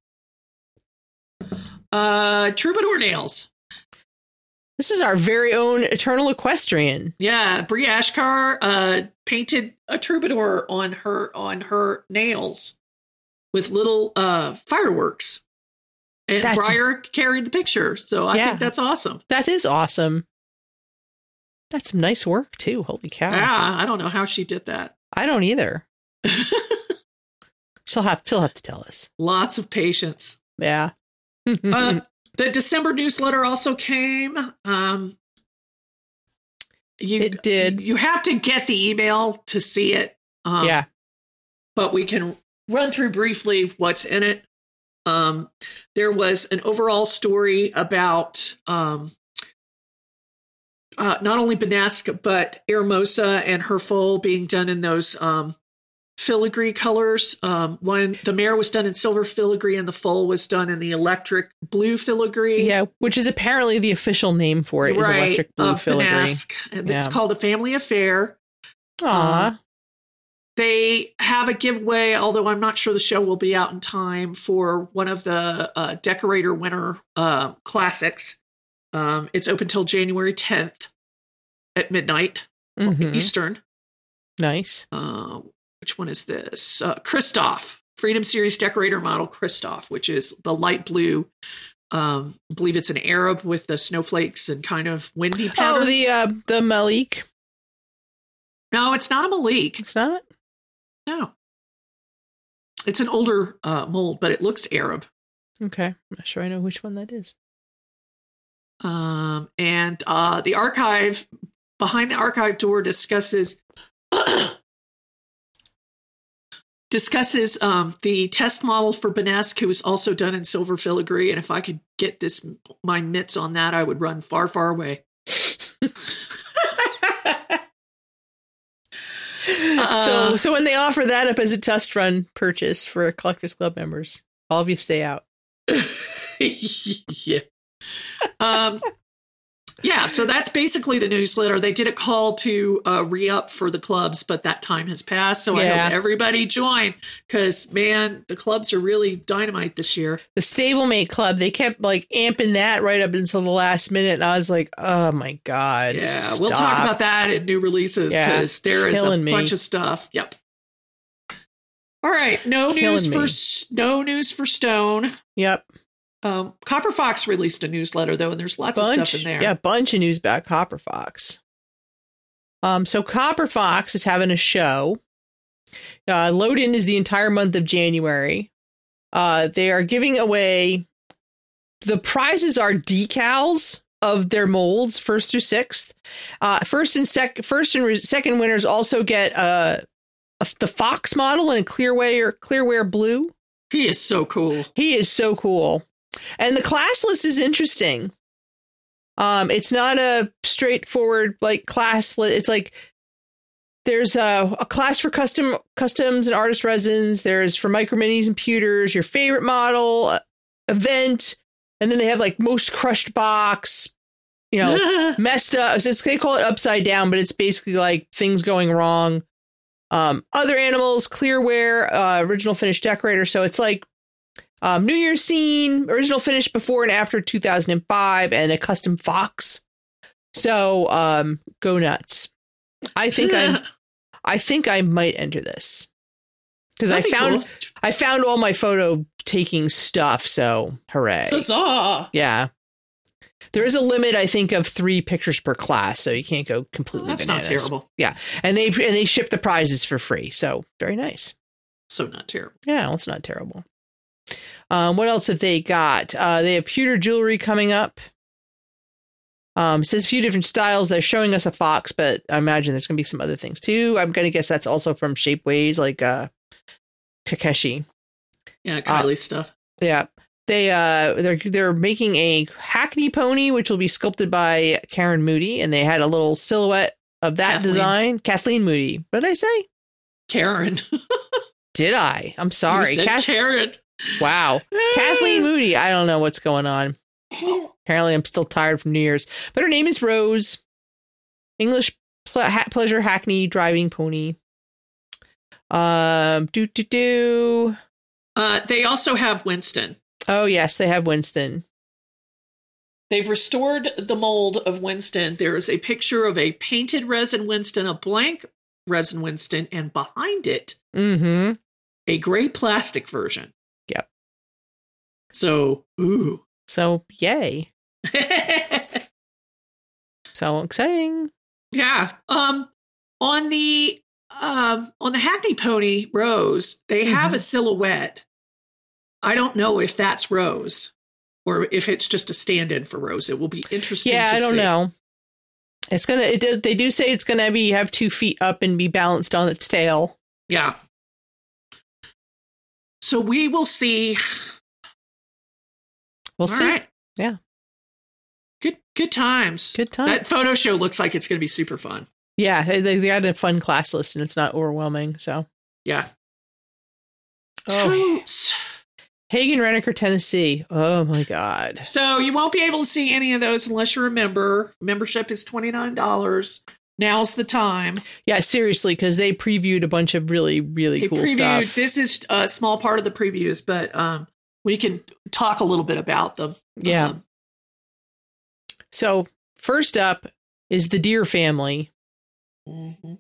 Speaker 3: Uh, Troubadour nails.
Speaker 2: This is our very own Eternal Equestrian.
Speaker 3: Yeah, Brie Ashkar uh, painted a troubadour on her on her nails with little uh, fireworks, and
Speaker 2: That's-
Speaker 3: Briar carried the picture. So I
Speaker 2: Yeah.
Speaker 3: think that's awesome.
Speaker 2: That is awesome. That's some nice work too. Holy cow!
Speaker 3: Yeah, Ah, I don't know how she did that.
Speaker 2: I don't either. she'll have she'll have to tell us.
Speaker 3: Lots of patience.
Speaker 2: Yeah. Mm-hmm.
Speaker 3: Uh, the December newsletter also came. Um, you
Speaker 2: It did.
Speaker 3: You have to get the email to see it. Um,
Speaker 2: yeah.
Speaker 3: but we can run through briefly what's in it. Um, there was an overall story about um, uh, not only Benesk, but Hermosa and her foal being done in those um, filigree colors. Um, one, the mare was done in silver filigree, and the foal was done in the electric blue filigree.
Speaker 2: Yeah, which is apparently the official name for it is
Speaker 3: right,
Speaker 2: electric blue
Speaker 3: of
Speaker 2: filigree.
Speaker 3: Benesk. And It's
Speaker 2: Yeah.
Speaker 3: called a family affair.
Speaker 2: Aw,
Speaker 3: Um, they have a giveaway, although I'm not sure the show will be out in time for one of the uh, decorator winner uh, classics. Um, it's open till January 10th at midnight
Speaker 2: mhm.
Speaker 3: Eastern.
Speaker 2: nice.
Speaker 3: Uh, which one is this? Uh, Christoph, Freedom Series decorator model Christoph, which is the light blue. Um, I believe it's an Arab with the snowflakes and kind of windy patterns.
Speaker 2: Oh, the uh, the Malik.
Speaker 3: no, it's not a Malik.
Speaker 2: It's not.
Speaker 3: No. It's an older uh, mold, but it looks Arab.
Speaker 2: Okay, I'm not sure I know which one that is.
Speaker 3: Um, and uh, the archive behind the archive door discusses discusses um, the test model for Benesk, who is also done in silver filigree. And if I could get this my mitts on that, I would run far, far away. Uh,
Speaker 2: so, so when they offer that up as a test run purchase for collectors club members, all of you stay out.
Speaker 3: yeah. Um, yeah, so that's basically the newsletter. They did a call to uh, re up for the clubs, but that time has passed. So I
Speaker 2: Yeah.
Speaker 3: hope everybody join because, man, the clubs are really dynamite this year.
Speaker 2: The stablemate club, they kept like amping that right up until the last minute, and I was like, oh my god.
Speaker 3: Yeah, we'll talk
Speaker 2: stop.
Speaker 3: about that in new releases
Speaker 2: Yeah,
Speaker 3: because there is a
Speaker 2: killing me.
Speaker 3: bunch of stuff. Yep. All right, no
Speaker 2: Killing
Speaker 3: news
Speaker 2: me.
Speaker 3: for S- no news for Stone.
Speaker 2: Yep,
Speaker 3: Um, Copper Fox released a newsletter though, and there's lots of
Speaker 2: bunch,
Speaker 3: stuff in there.
Speaker 2: yeah, bunch of news about Copper Fox. Um, so Copper Fox is having a show. Uh, load in is the entire month of January. Uh, they are giving away. The prizes are decals of their molds, first through sixth. Uh, first and sec, first and re- second winners also get uh, a, the Fox model in a clearware clearware blue.
Speaker 3: He is so cool.
Speaker 2: He is so cool. And the class list is interesting. Um, it's not a straightforward like class list. It's like there's a, a class for custom customs and artist resins. There's for micro minis and pewters, your favorite model, uh, event, and then they have like most crushed box, you know, messed up. It's, they call it upside down, but it's basically like things going wrong. Um, other animals, clearware, uh, original finish decorator. So it's like um, New Year's scene, original finish before and after 2005, and a custom fox. So um, go nuts. I think I'm. I think I might enter this because I
Speaker 3: That'd be
Speaker 2: found
Speaker 3: cool.
Speaker 2: I found all my photo taking stuff. So hooray!
Speaker 3: Huzzah!
Speaker 2: Yeah, there is a limit, I think, of three pictures per class, so you can't go completely.
Speaker 3: That's not
Speaker 2: bananas.
Speaker 3: terrible.
Speaker 2: And they and they ship the prizes for free, so very nice.
Speaker 3: So not terrible.
Speaker 2: Yeah, well, it's not terrible. Um, what else have they got? Uh, they have pewter jewelry coming up. Um, it says a few different styles. They're showing us a fox, but I imagine there's going to be some other things too. I'm going to guess that's also from Shapeways, like uh, Takeshi.
Speaker 3: Yeah,
Speaker 2: Ah.
Speaker 3: Kylie stuff.
Speaker 2: Yeah. They uh they're they're making a hackney pony which will be sculpted by Karen Moody and they had a little silhouette of that
Speaker 3: Kathleen.
Speaker 2: design. Kathleen Moody. What did I say?
Speaker 3: Karen. You
Speaker 2: Did I? I'm sorry.
Speaker 3: said Ah.
Speaker 2: Kath-
Speaker 3: Karen.
Speaker 2: wow. Kathleen Moody. I don't know what's going on. Apparently I'm still tired from New Year's. But her name is Rose. English ple- ha- pleasure hackney driving pony. Um do do do.
Speaker 3: Uh, they also have Winston.
Speaker 2: Oh yes, they have Winston.
Speaker 3: They've restored the mold of Winston. There is a picture of a painted resin Winston, a blank resin Winston, and behind it,
Speaker 2: Mm-hmm.
Speaker 3: a gray plastic version.
Speaker 2: Yep.
Speaker 3: So, ooh.
Speaker 2: So yay. So exciting.
Speaker 3: yeah. Um on the um on the Hackney Pony Rose, they have
Speaker 2: Mm-hmm.
Speaker 3: a silhouette. I don't know if that's Rose or if it's just a stand-in for Rose. It will be interesting
Speaker 2: Yeah,
Speaker 3: to
Speaker 2: I don't
Speaker 3: see.
Speaker 2: know. It's gonna. It does, they do say it's gonna be have two feet up and be balanced on its tail.
Speaker 3: Yeah. So we will see.
Speaker 2: We'll see.
Speaker 3: All right.
Speaker 2: Yeah.
Speaker 3: Good good times.
Speaker 2: Good time.
Speaker 3: That photo show looks like it's going to be super fun.
Speaker 2: yeah, they, they got a fun class list and it's not overwhelming. So,
Speaker 3: Yeah.
Speaker 2: oh,
Speaker 3: Totes.
Speaker 2: Hagen Reneker, Tennessee. Oh my God.
Speaker 3: So you won't be able to see any of those unless you're a member. Membership is twenty nine dollars. Now's the time.
Speaker 2: Yeah, seriously, because they previewed a bunch of really really
Speaker 3: They
Speaker 2: cool
Speaker 3: previewed-
Speaker 2: stuff.
Speaker 3: This is a small part of the previews, but um, we can talk a little bit about them.
Speaker 2: Yeah.
Speaker 3: Um,
Speaker 2: so first up is the Deer family,
Speaker 3: mhm.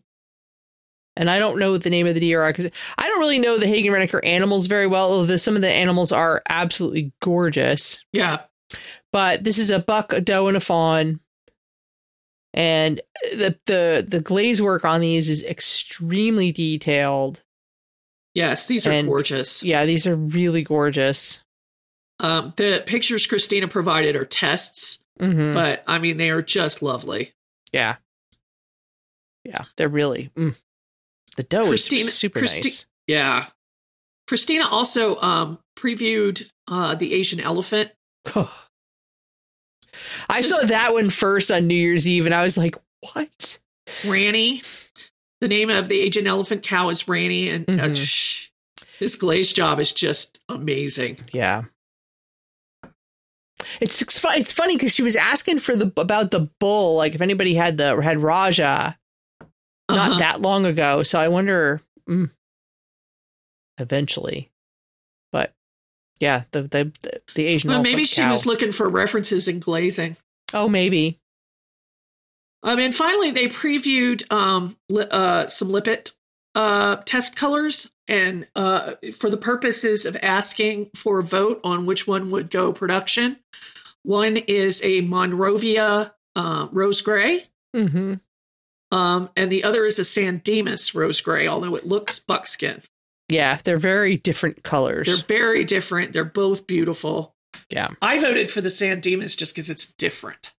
Speaker 2: and I don't know what the name of the deer are because I don't really know the Hagen Reneker animals very well. Although some of the animals are absolutely gorgeous.
Speaker 3: Yeah.
Speaker 2: but this is a buck, a doe, and a fawn. And the the the glaze work on these is extremely detailed.
Speaker 3: Yes, these are
Speaker 2: And-
Speaker 3: gorgeous.
Speaker 2: Yeah, these are really gorgeous.
Speaker 3: Um, the pictures Christina provided are tests,
Speaker 2: hmm
Speaker 3: but I mean they are just lovely.
Speaker 2: yeah, yeah, they're really mm. the doe
Speaker 3: Christina-
Speaker 2: is super
Speaker 3: Christi-
Speaker 2: nice.
Speaker 3: Yeah. Christina also um, previewed uh, the Asian elephant.
Speaker 2: I saw that one first on New Year's Eve, and I was like, "What?"
Speaker 3: Ranny. The name of the Asian elephant cow is Ranny, and uh,
Speaker 2: Mhm.
Speaker 3: shh, this glaze job is just amazing.
Speaker 2: Yeah. It's it's, fu- it's funny because she was asking for the about the bull, like if anybody had the had Raja, not
Speaker 3: Uh-huh.
Speaker 2: that long ago. So I wonder mm, eventually, but yeah, the the the, the Asian.
Speaker 3: Well,
Speaker 2: elephant
Speaker 3: maybe she
Speaker 2: cow.
Speaker 3: was looking for references in glazing.
Speaker 2: oh, maybe.
Speaker 3: Um, and finally, they previewed um, li- uh, some Lippet uh, test colors, and uh, for the purposes of asking for a vote on which one would go production, one is a Monrovia uh, rose gray,
Speaker 2: hmm
Speaker 3: um, and the other is a San Dimas rose gray, although it looks buckskin.
Speaker 2: Yeah, they're very different colors.
Speaker 3: They're very different. They're both beautiful.
Speaker 2: Yeah.
Speaker 3: I voted for the San Dimas just because it's different.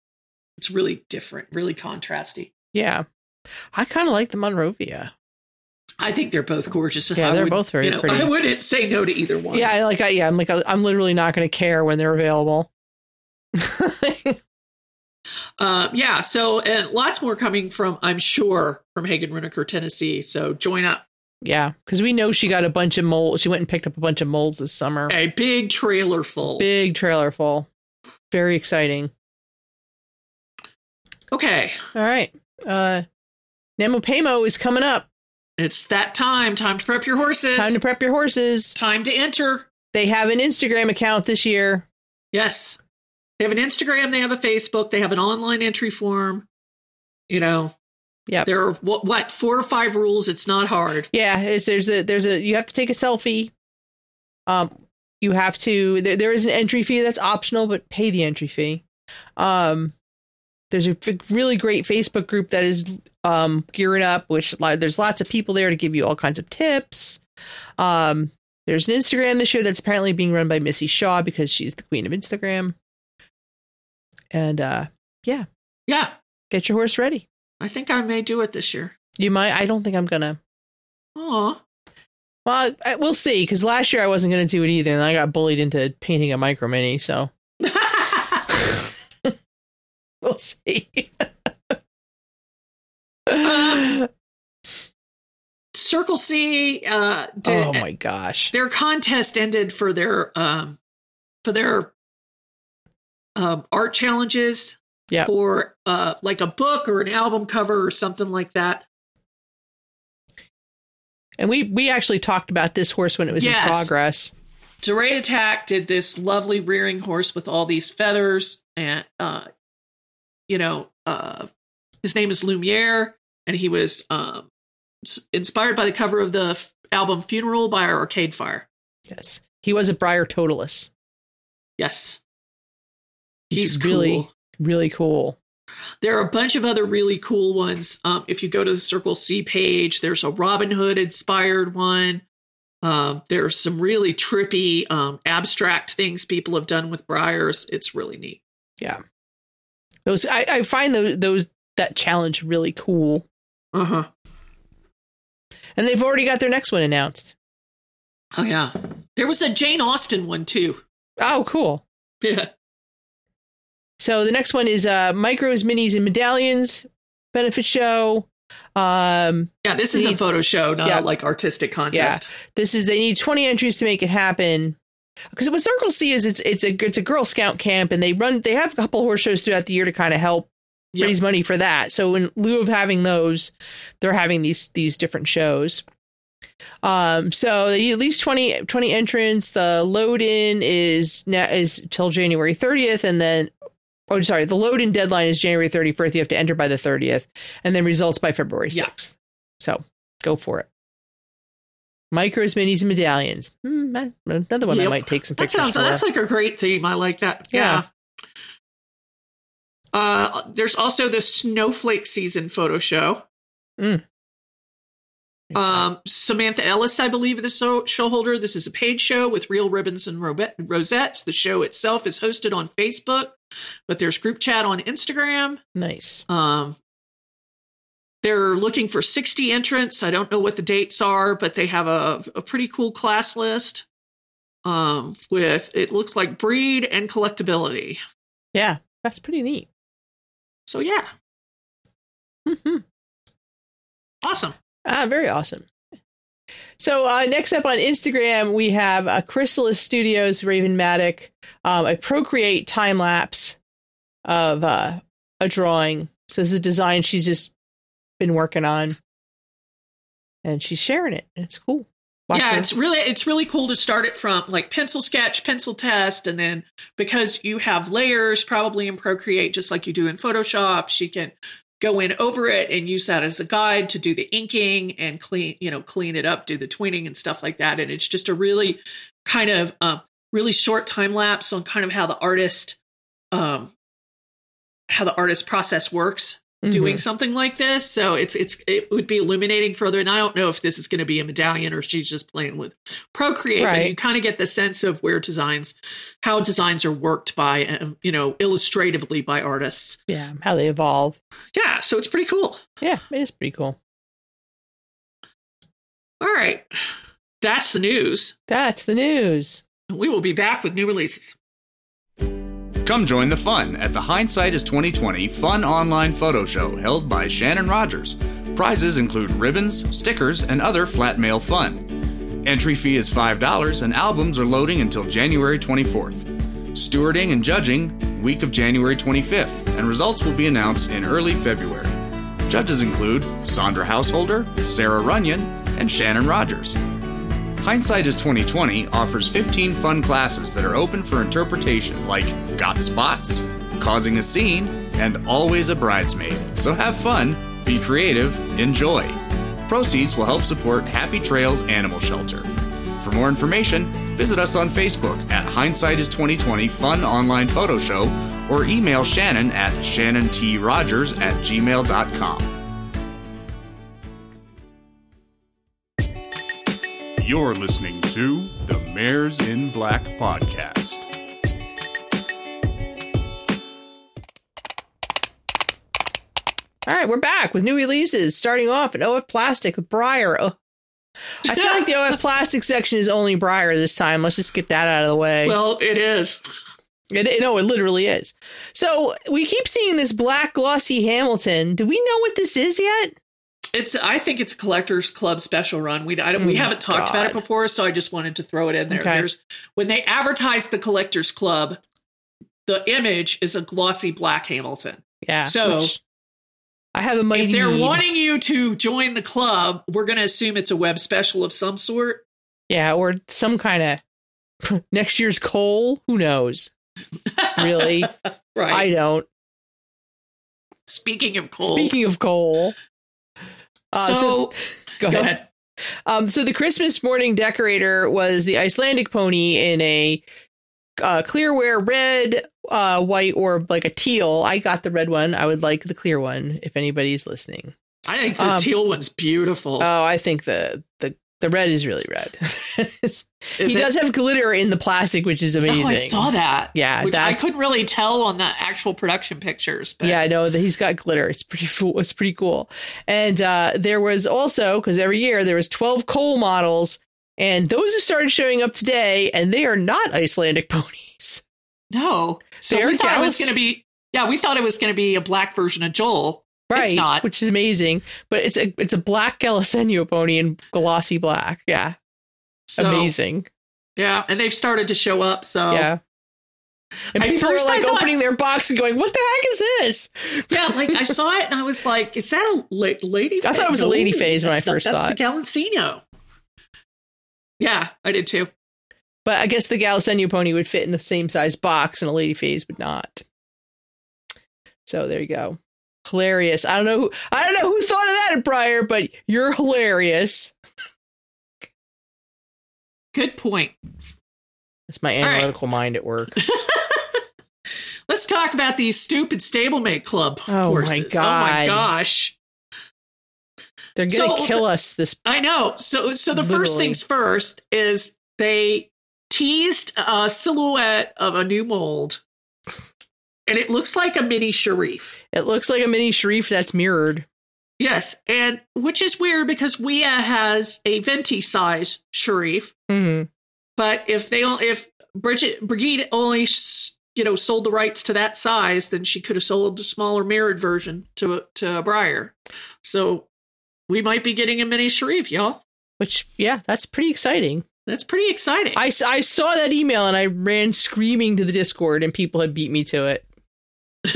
Speaker 3: It's really different, really contrasty.
Speaker 2: yeah, I kind of like the Monrovia.
Speaker 3: I think they're both gorgeous.
Speaker 2: Yeah,
Speaker 3: I
Speaker 2: they're
Speaker 3: would-
Speaker 2: both very
Speaker 3: you know,
Speaker 2: pretty.
Speaker 3: I wouldn't say no to either one.
Speaker 2: Yeah, I like I, yeah, I'm like uh, I'm literally not going to care when they're available.
Speaker 3: Uh, yeah. So, and lots more coming from, I'm sure, from Hagen Runiker, Tennessee. So join up
Speaker 2: yeah, because we know she got a bunch of molds. She went and picked up a bunch of molds this summer.
Speaker 3: a big trailer full.
Speaker 2: Big trailer full. Very exciting.
Speaker 3: Okay.
Speaker 2: All right. Uh Nemo Paymo is coming up.
Speaker 3: It's that time. Time to prep your horses.
Speaker 2: Time to prep your horses.
Speaker 3: time to enter.
Speaker 2: They have an Instagram account this year.
Speaker 3: Yes. They have an Instagram, they have a Facebook, they have an online entry form. You know,
Speaker 2: Yep.
Speaker 3: there are what, what four or five rules. It's not hard.
Speaker 2: Yeah, it's, there's a there's a you have to take a selfie. Um you have to there, there is an entry fee that's optional but pay the entry fee um there's a f- really great facebook group that is um gearing up which li- there's lots of people there to give you all kinds of tips um there's an instagram this year that's apparently being run by missy shaw because she's the queen of instagram and uh
Speaker 3: Yeah,
Speaker 2: get your horse ready
Speaker 3: I think I may do it this year.
Speaker 2: you might i don't think i'm gonna
Speaker 3: Oh,
Speaker 2: well I, we'll see because last year i wasn't gonna do it either and i got bullied into painting a micro mini so we'll see
Speaker 3: Circle C. Uh, did,
Speaker 2: oh my gosh.
Speaker 3: Their contest ended for their um, for their um, art challenges.
Speaker 2: Yeah.
Speaker 3: For uh, like a book or an album cover or something like that.
Speaker 2: And we we actually talked about this horse when it was
Speaker 3: Yes.
Speaker 2: in progress.
Speaker 3: Durate Attack did this lovely rearing horse with all these feathers, and uh, you know, uh, his name is Lumiere, and he was um, s- inspired by the cover of the f- album Funeral by Arcade Fire.
Speaker 2: Yes. He was a Briar Totalis.
Speaker 3: Yes,
Speaker 2: He's really-
Speaker 3: cool.
Speaker 2: Really cool.
Speaker 3: There are a bunch of other really cool ones. Um, if you go to the Circle C page, there's a Robin Hood inspired one. Um, there's some really trippy, um, abstract things people have done with briars. It's really neat.
Speaker 2: Those I, I find those those that challenge really cool.
Speaker 3: Uh huh.
Speaker 2: And they've already got their next one announced.
Speaker 3: Oh yeah. There was a Jane Austen one too.
Speaker 2: Oh, cool.
Speaker 3: Yeah.
Speaker 2: So the next one is uh micros, minis, and medallions benefit show. Um
Speaker 3: Yeah, this is a photo show, not
Speaker 2: Yeah.
Speaker 3: a, like artistic contest.
Speaker 2: this is they need 20 entries to make it happen because what circle c is it's it's a it's a girl scout camp and they run they have a couple horse shows throughout the year to kind of help
Speaker 3: Yep.
Speaker 2: raise money for that so in lieu of having those they're having these these different shows um so they need at least 20 20 entrants the load in is now is till january 30th and then oh sorry the load in deadline is january 31st you have to enter by the 30th and then results by february 6th
Speaker 3: Yeah.
Speaker 2: so go for it micros minis and medallions Hmm, I- another one i
Speaker 3: Yep.
Speaker 2: might take some
Speaker 3: That
Speaker 2: pictures
Speaker 3: sounds
Speaker 2: for
Speaker 3: that's like a great theme. I like that.
Speaker 2: Yeah.
Speaker 3: yeah. Uh, there's also the snowflake season photo show. Hmm. Um, Samantha Ellis, I believe, is the show, show holder. This is a paid show with real ribbons and robe- rosettes. The show itself is hosted on Facebook, but there's group chat on Instagram.
Speaker 2: nice
Speaker 3: Um, they're looking for 60 entrants. I don't know what the dates are, but they have a, a pretty cool class list um, with it looks like breed and collectability.
Speaker 2: yeah that's pretty neat
Speaker 3: So, yeah,
Speaker 2: Mhm.
Speaker 3: awesome.
Speaker 2: Ah, very awesome. So uh, next up on Instagram, we have uh, Chrysalis Studios Raven Matic, um, a Procreate time lapse of uh, a drawing. So this is a design she's just been working on, and she's sharing it. and It's cool. Watch
Speaker 3: yeah,
Speaker 2: her.
Speaker 3: it's really it's really cool to start it from like pencil sketch, pencil test, and then because you have layers probably in Procreate, just like you do in Photoshop, she can go in over it and use that as a guide to do the inking and clean you know clean it up, do the tweening and stuff like that. And it's just a really kind of um, really short time lapse on kind of how the artist um, how the artist process works
Speaker 2: Mhm.
Speaker 3: doing something like this. So it's it's it would be illuminating further. And I don't know if this is going to be a medallion or she's just playing with Procreate. But
Speaker 2: Right.
Speaker 3: you kind of get the sense of where designs, how designs are worked by, um, you know, illustratively by artists.
Speaker 2: yeah, how they evolve.
Speaker 3: Yeah, so it's pretty cool.
Speaker 2: Yeah, it is pretty cool.
Speaker 3: All right, that's the news.
Speaker 2: That's the news.
Speaker 3: We will be back with new releases.
Speaker 1: Come join the fun at the Hindsight is 2020 Fun Online Photo Show held by Shannon Rogers. Prizes include ribbons, stickers, and other flat mail fun. Entry fee is $5 and albums are loading until January 24th. Stewarding and judging, week of January 25th, and results will be announced in early February. Judges include Sandra Householder, Sarah Runyon, and Shannon Rogers. Hindsight is 2020 offers 15 fun classes that are open for interpretation, like Got Spots, Causing a Scene, and Always a Bridesmaid. So have fun, be creative, enjoy. Proceeds will help support Happy Trails Animal Shelter. For more information, visit us on Facebook at Hindsight is 2020 Fun Online Photo Show or email Shannon at shannontrogers at gmail.com. You're listening to the Mares in Black podcast.
Speaker 2: All right, we're back with new releases, starting off at OF Plastic with Briar. Oh, I feel like the OF Plastic section is only Briar this time. Let's just get that out of the way.
Speaker 3: Well, it is.
Speaker 2: It, it- no, it literally is. So we keep seeing this black glossy Hamilton. Do we know what this is yet?
Speaker 3: It's. I think it's a collectors club special run. We I don't, we
Speaker 2: Oh,
Speaker 3: haven't talked about it
Speaker 2: God.
Speaker 3: before, so I just wanted to throw it in there.
Speaker 2: Okay.
Speaker 3: There's when they advertise the collectors club, the image is a glossy black Hamilton.
Speaker 2: Yeah.
Speaker 3: So-
Speaker 2: which I have a mighty.
Speaker 3: if they're
Speaker 2: need.
Speaker 3: wanting you to join the club, we're going to assume it's a web special of some sort.
Speaker 2: yeah, or some kind of next year's coal. Who knows? Really,
Speaker 3: Right.
Speaker 2: I don't.
Speaker 3: Speaking of coal,
Speaker 2: Speaking of coal, uh,
Speaker 3: so,
Speaker 2: go,
Speaker 3: go
Speaker 2: ahead.
Speaker 3: ahead.
Speaker 2: Um, so the Christmas morning decorator was the Icelandic pony in a uh, clearware red, uh, white, or like a teal. I got the red one. I would like the clear one if anybody's listening.
Speaker 3: I think the
Speaker 2: Um,
Speaker 3: teal one's beautiful.
Speaker 2: Oh, I think the the the red is really red.
Speaker 3: Is
Speaker 2: he
Speaker 3: it-
Speaker 2: does have glitter in the plastic, which is amazing.
Speaker 3: Oh, I saw that.
Speaker 2: Yeah,
Speaker 3: which I
Speaker 2: that's-
Speaker 3: couldn't really tell on the actual production pictures. But
Speaker 2: Yeah, I know that he's got glitter. It's pretty cool. It's pretty cool. And uh, there was also because every year there was twelve coal models, and those have started showing up today, and they are not Icelandic ponies.
Speaker 3: no. So
Speaker 2: They're
Speaker 3: we thought it was
Speaker 2: jealous.
Speaker 3: going to be. Yeah, we thought it was going to be a black version of Joel.
Speaker 2: Right,
Speaker 3: It's not.
Speaker 2: which is amazing, but it's a it's a black Galisenio pony in glossy black. Yeah,
Speaker 3: So,
Speaker 2: amazing.
Speaker 3: Yeah, and they've started to show up. So
Speaker 2: Yeah, and
Speaker 3: At
Speaker 2: people are
Speaker 3: first I
Speaker 2: like
Speaker 3: thought-
Speaker 2: opening their box and going, "What the heck is this?"
Speaker 3: Yeah, like I saw it and I was like, "Is that a la- lady?"
Speaker 2: I thought it was a
Speaker 3: No,
Speaker 2: lady phase when
Speaker 3: that's
Speaker 2: I
Speaker 3: not-
Speaker 2: first
Speaker 3: that's
Speaker 2: saw
Speaker 3: the Galancino. Yeah, I did too.
Speaker 2: But I guess the Galisenio pony would fit in the same size box and a lady phase would not. So there you go. Hilarious. I don't know who I don't know who thought of that at Briar, but you're hilarious.
Speaker 3: Good point.
Speaker 2: That's my
Speaker 3: right.
Speaker 2: analytical mind at work.
Speaker 3: Let's talk about these stupid stablemate club
Speaker 2: Oh, my
Speaker 3: horses. Oh my
Speaker 2: God.
Speaker 3: gosh.
Speaker 2: They're gonna
Speaker 3: So-
Speaker 2: kill us this
Speaker 3: I know. So so the first
Speaker 2: Literally.
Speaker 3: things first is they teased a silhouette of a new mold. And it looks like a mini Sharif.
Speaker 2: it looks like a mini Sharif that's mirrored.
Speaker 3: Yes, and which is weird because Wea has a venti size Sharif,
Speaker 2: hmm
Speaker 3: but if they don't- if Bridget Brigitte only s- you know sold the rights to that size, then she could have sold a smaller mirrored version to to Briar. So we might be getting a mini Sharif, y'all.
Speaker 2: Which yeah, that's pretty exciting.
Speaker 3: That's pretty exciting.
Speaker 2: I, s- I saw that email and I ran screaming to the Discord and people had beat me to it.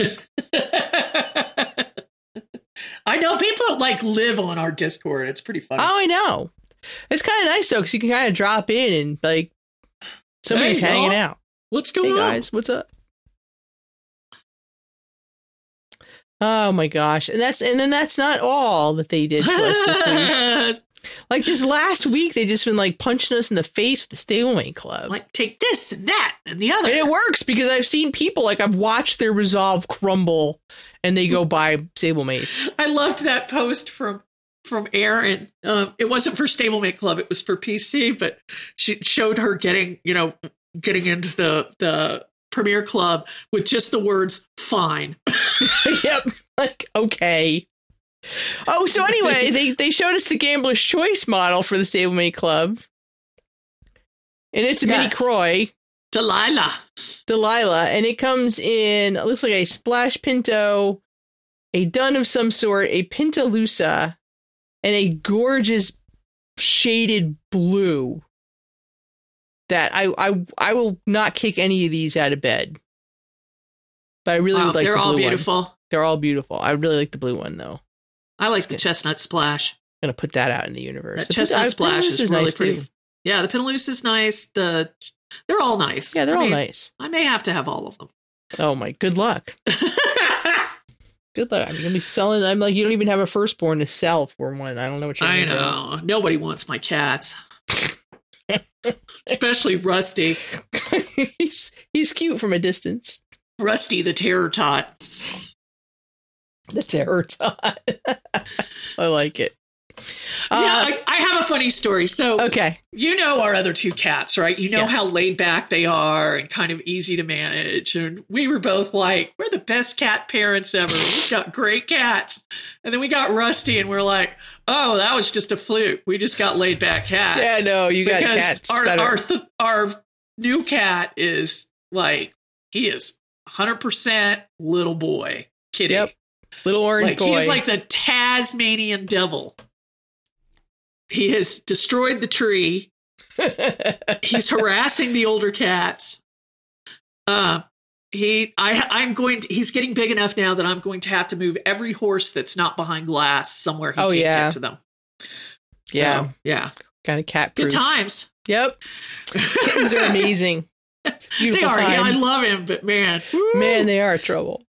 Speaker 3: I know people like live on our Discord. It's pretty funny.
Speaker 2: Oh, I know. It's kind of nice though, because you can kind of drop in and like somebody's
Speaker 3: Hey,
Speaker 2: hanging
Speaker 3: y'all.
Speaker 2: out.
Speaker 3: What's going
Speaker 2: hey
Speaker 3: on?
Speaker 2: guys, what's up? Oh my gosh, and that's and then that's not all that they did to us this week. Like this last week, they just been like punching us in the face with the stablemate club.
Speaker 3: like take this and that and the other.
Speaker 2: and it works because I've seen people like I've watched their resolve crumble, and they go buy stablemates.
Speaker 3: I loved that post from from Erin. Um, it wasn't for Stablemate Club. It was for PC, but she showed her getting you know getting into the the Premier Club with just the words "fine."
Speaker 2: yep. Like, okay. Oh, so anyway, they, they showed us the gambler's choice model for the stablemate club. And it's a mini
Speaker 3: Yes.
Speaker 2: Croy,
Speaker 3: Delilah.
Speaker 2: Delilah, and it comes in it looks like a splash pinto, a dun of some sort, a pintalusa, and a gorgeous shaded blue. That I I I will not kick any of these out of bed. But I really
Speaker 3: Wow,
Speaker 2: would like
Speaker 3: they're
Speaker 2: the blue
Speaker 3: all
Speaker 2: one.
Speaker 3: beautiful.
Speaker 2: They're all beautiful. I really like the blue one though. I'm
Speaker 3: I like the chestnut splash.
Speaker 2: gonna put that out in the universe.
Speaker 3: That
Speaker 2: The
Speaker 3: chestnut
Speaker 2: Pinta-
Speaker 3: splash
Speaker 2: Pintaloosa
Speaker 3: is, really
Speaker 2: nice,
Speaker 3: pretty.
Speaker 2: Too.
Speaker 3: Yeah, the Pinaloose is nice. The they're all nice.
Speaker 2: Yeah, they're
Speaker 3: I
Speaker 2: all
Speaker 3: may-
Speaker 2: nice.
Speaker 3: I may have to have all of them.
Speaker 2: Oh my, good luck. Good luck. I'm gonna be selling. I'm like, you don't even have a firstborn to sell for one. I don't know what you're.
Speaker 3: I
Speaker 2: gonna do.
Speaker 3: know nobody wants my cats. especially Rusty.
Speaker 2: he's he's cute from a distance.
Speaker 3: Rusty the Terror Tot.
Speaker 2: The terror tot. I like it.
Speaker 3: yeah,
Speaker 2: Uh,
Speaker 3: I, I have a funny story. So
Speaker 2: okay.
Speaker 3: you know our other two cats, right? You know
Speaker 2: Yes.
Speaker 3: how laid back they are and kind of easy to manage. And we were both like, we're the best cat parents ever. We've got great cats. And then we got Rusty and we're like, oh, that was just a fluke. We just got laid back cats.
Speaker 2: Yeah, no, you got
Speaker 3: because
Speaker 2: cats.
Speaker 3: Our
Speaker 2: that are-
Speaker 3: our, th- our new cat is like he is 100% little boy kitty.
Speaker 2: Yep, little orange
Speaker 3: Like
Speaker 2: boy.
Speaker 3: he is like the Tasmanian devil. He has destroyed the tree. He's harassing the older cats. Uh, he, I, I'm going. To, he's getting big enough now that I'm going to have to move every horse that's not behind glass somewhere. He
Speaker 2: Oh,
Speaker 3: can't
Speaker 2: yeah.
Speaker 3: get to them. So,
Speaker 2: Yeah.
Speaker 3: yeah.
Speaker 2: kind of cat
Speaker 3: Good
Speaker 2: proof.
Speaker 3: times.
Speaker 2: Yep. Kittens are amazing. It's a
Speaker 3: They
Speaker 2: beautiful
Speaker 3: are. Yeah, I
Speaker 2: find.
Speaker 3: love him, but man, woo.
Speaker 2: Man, they are trouble.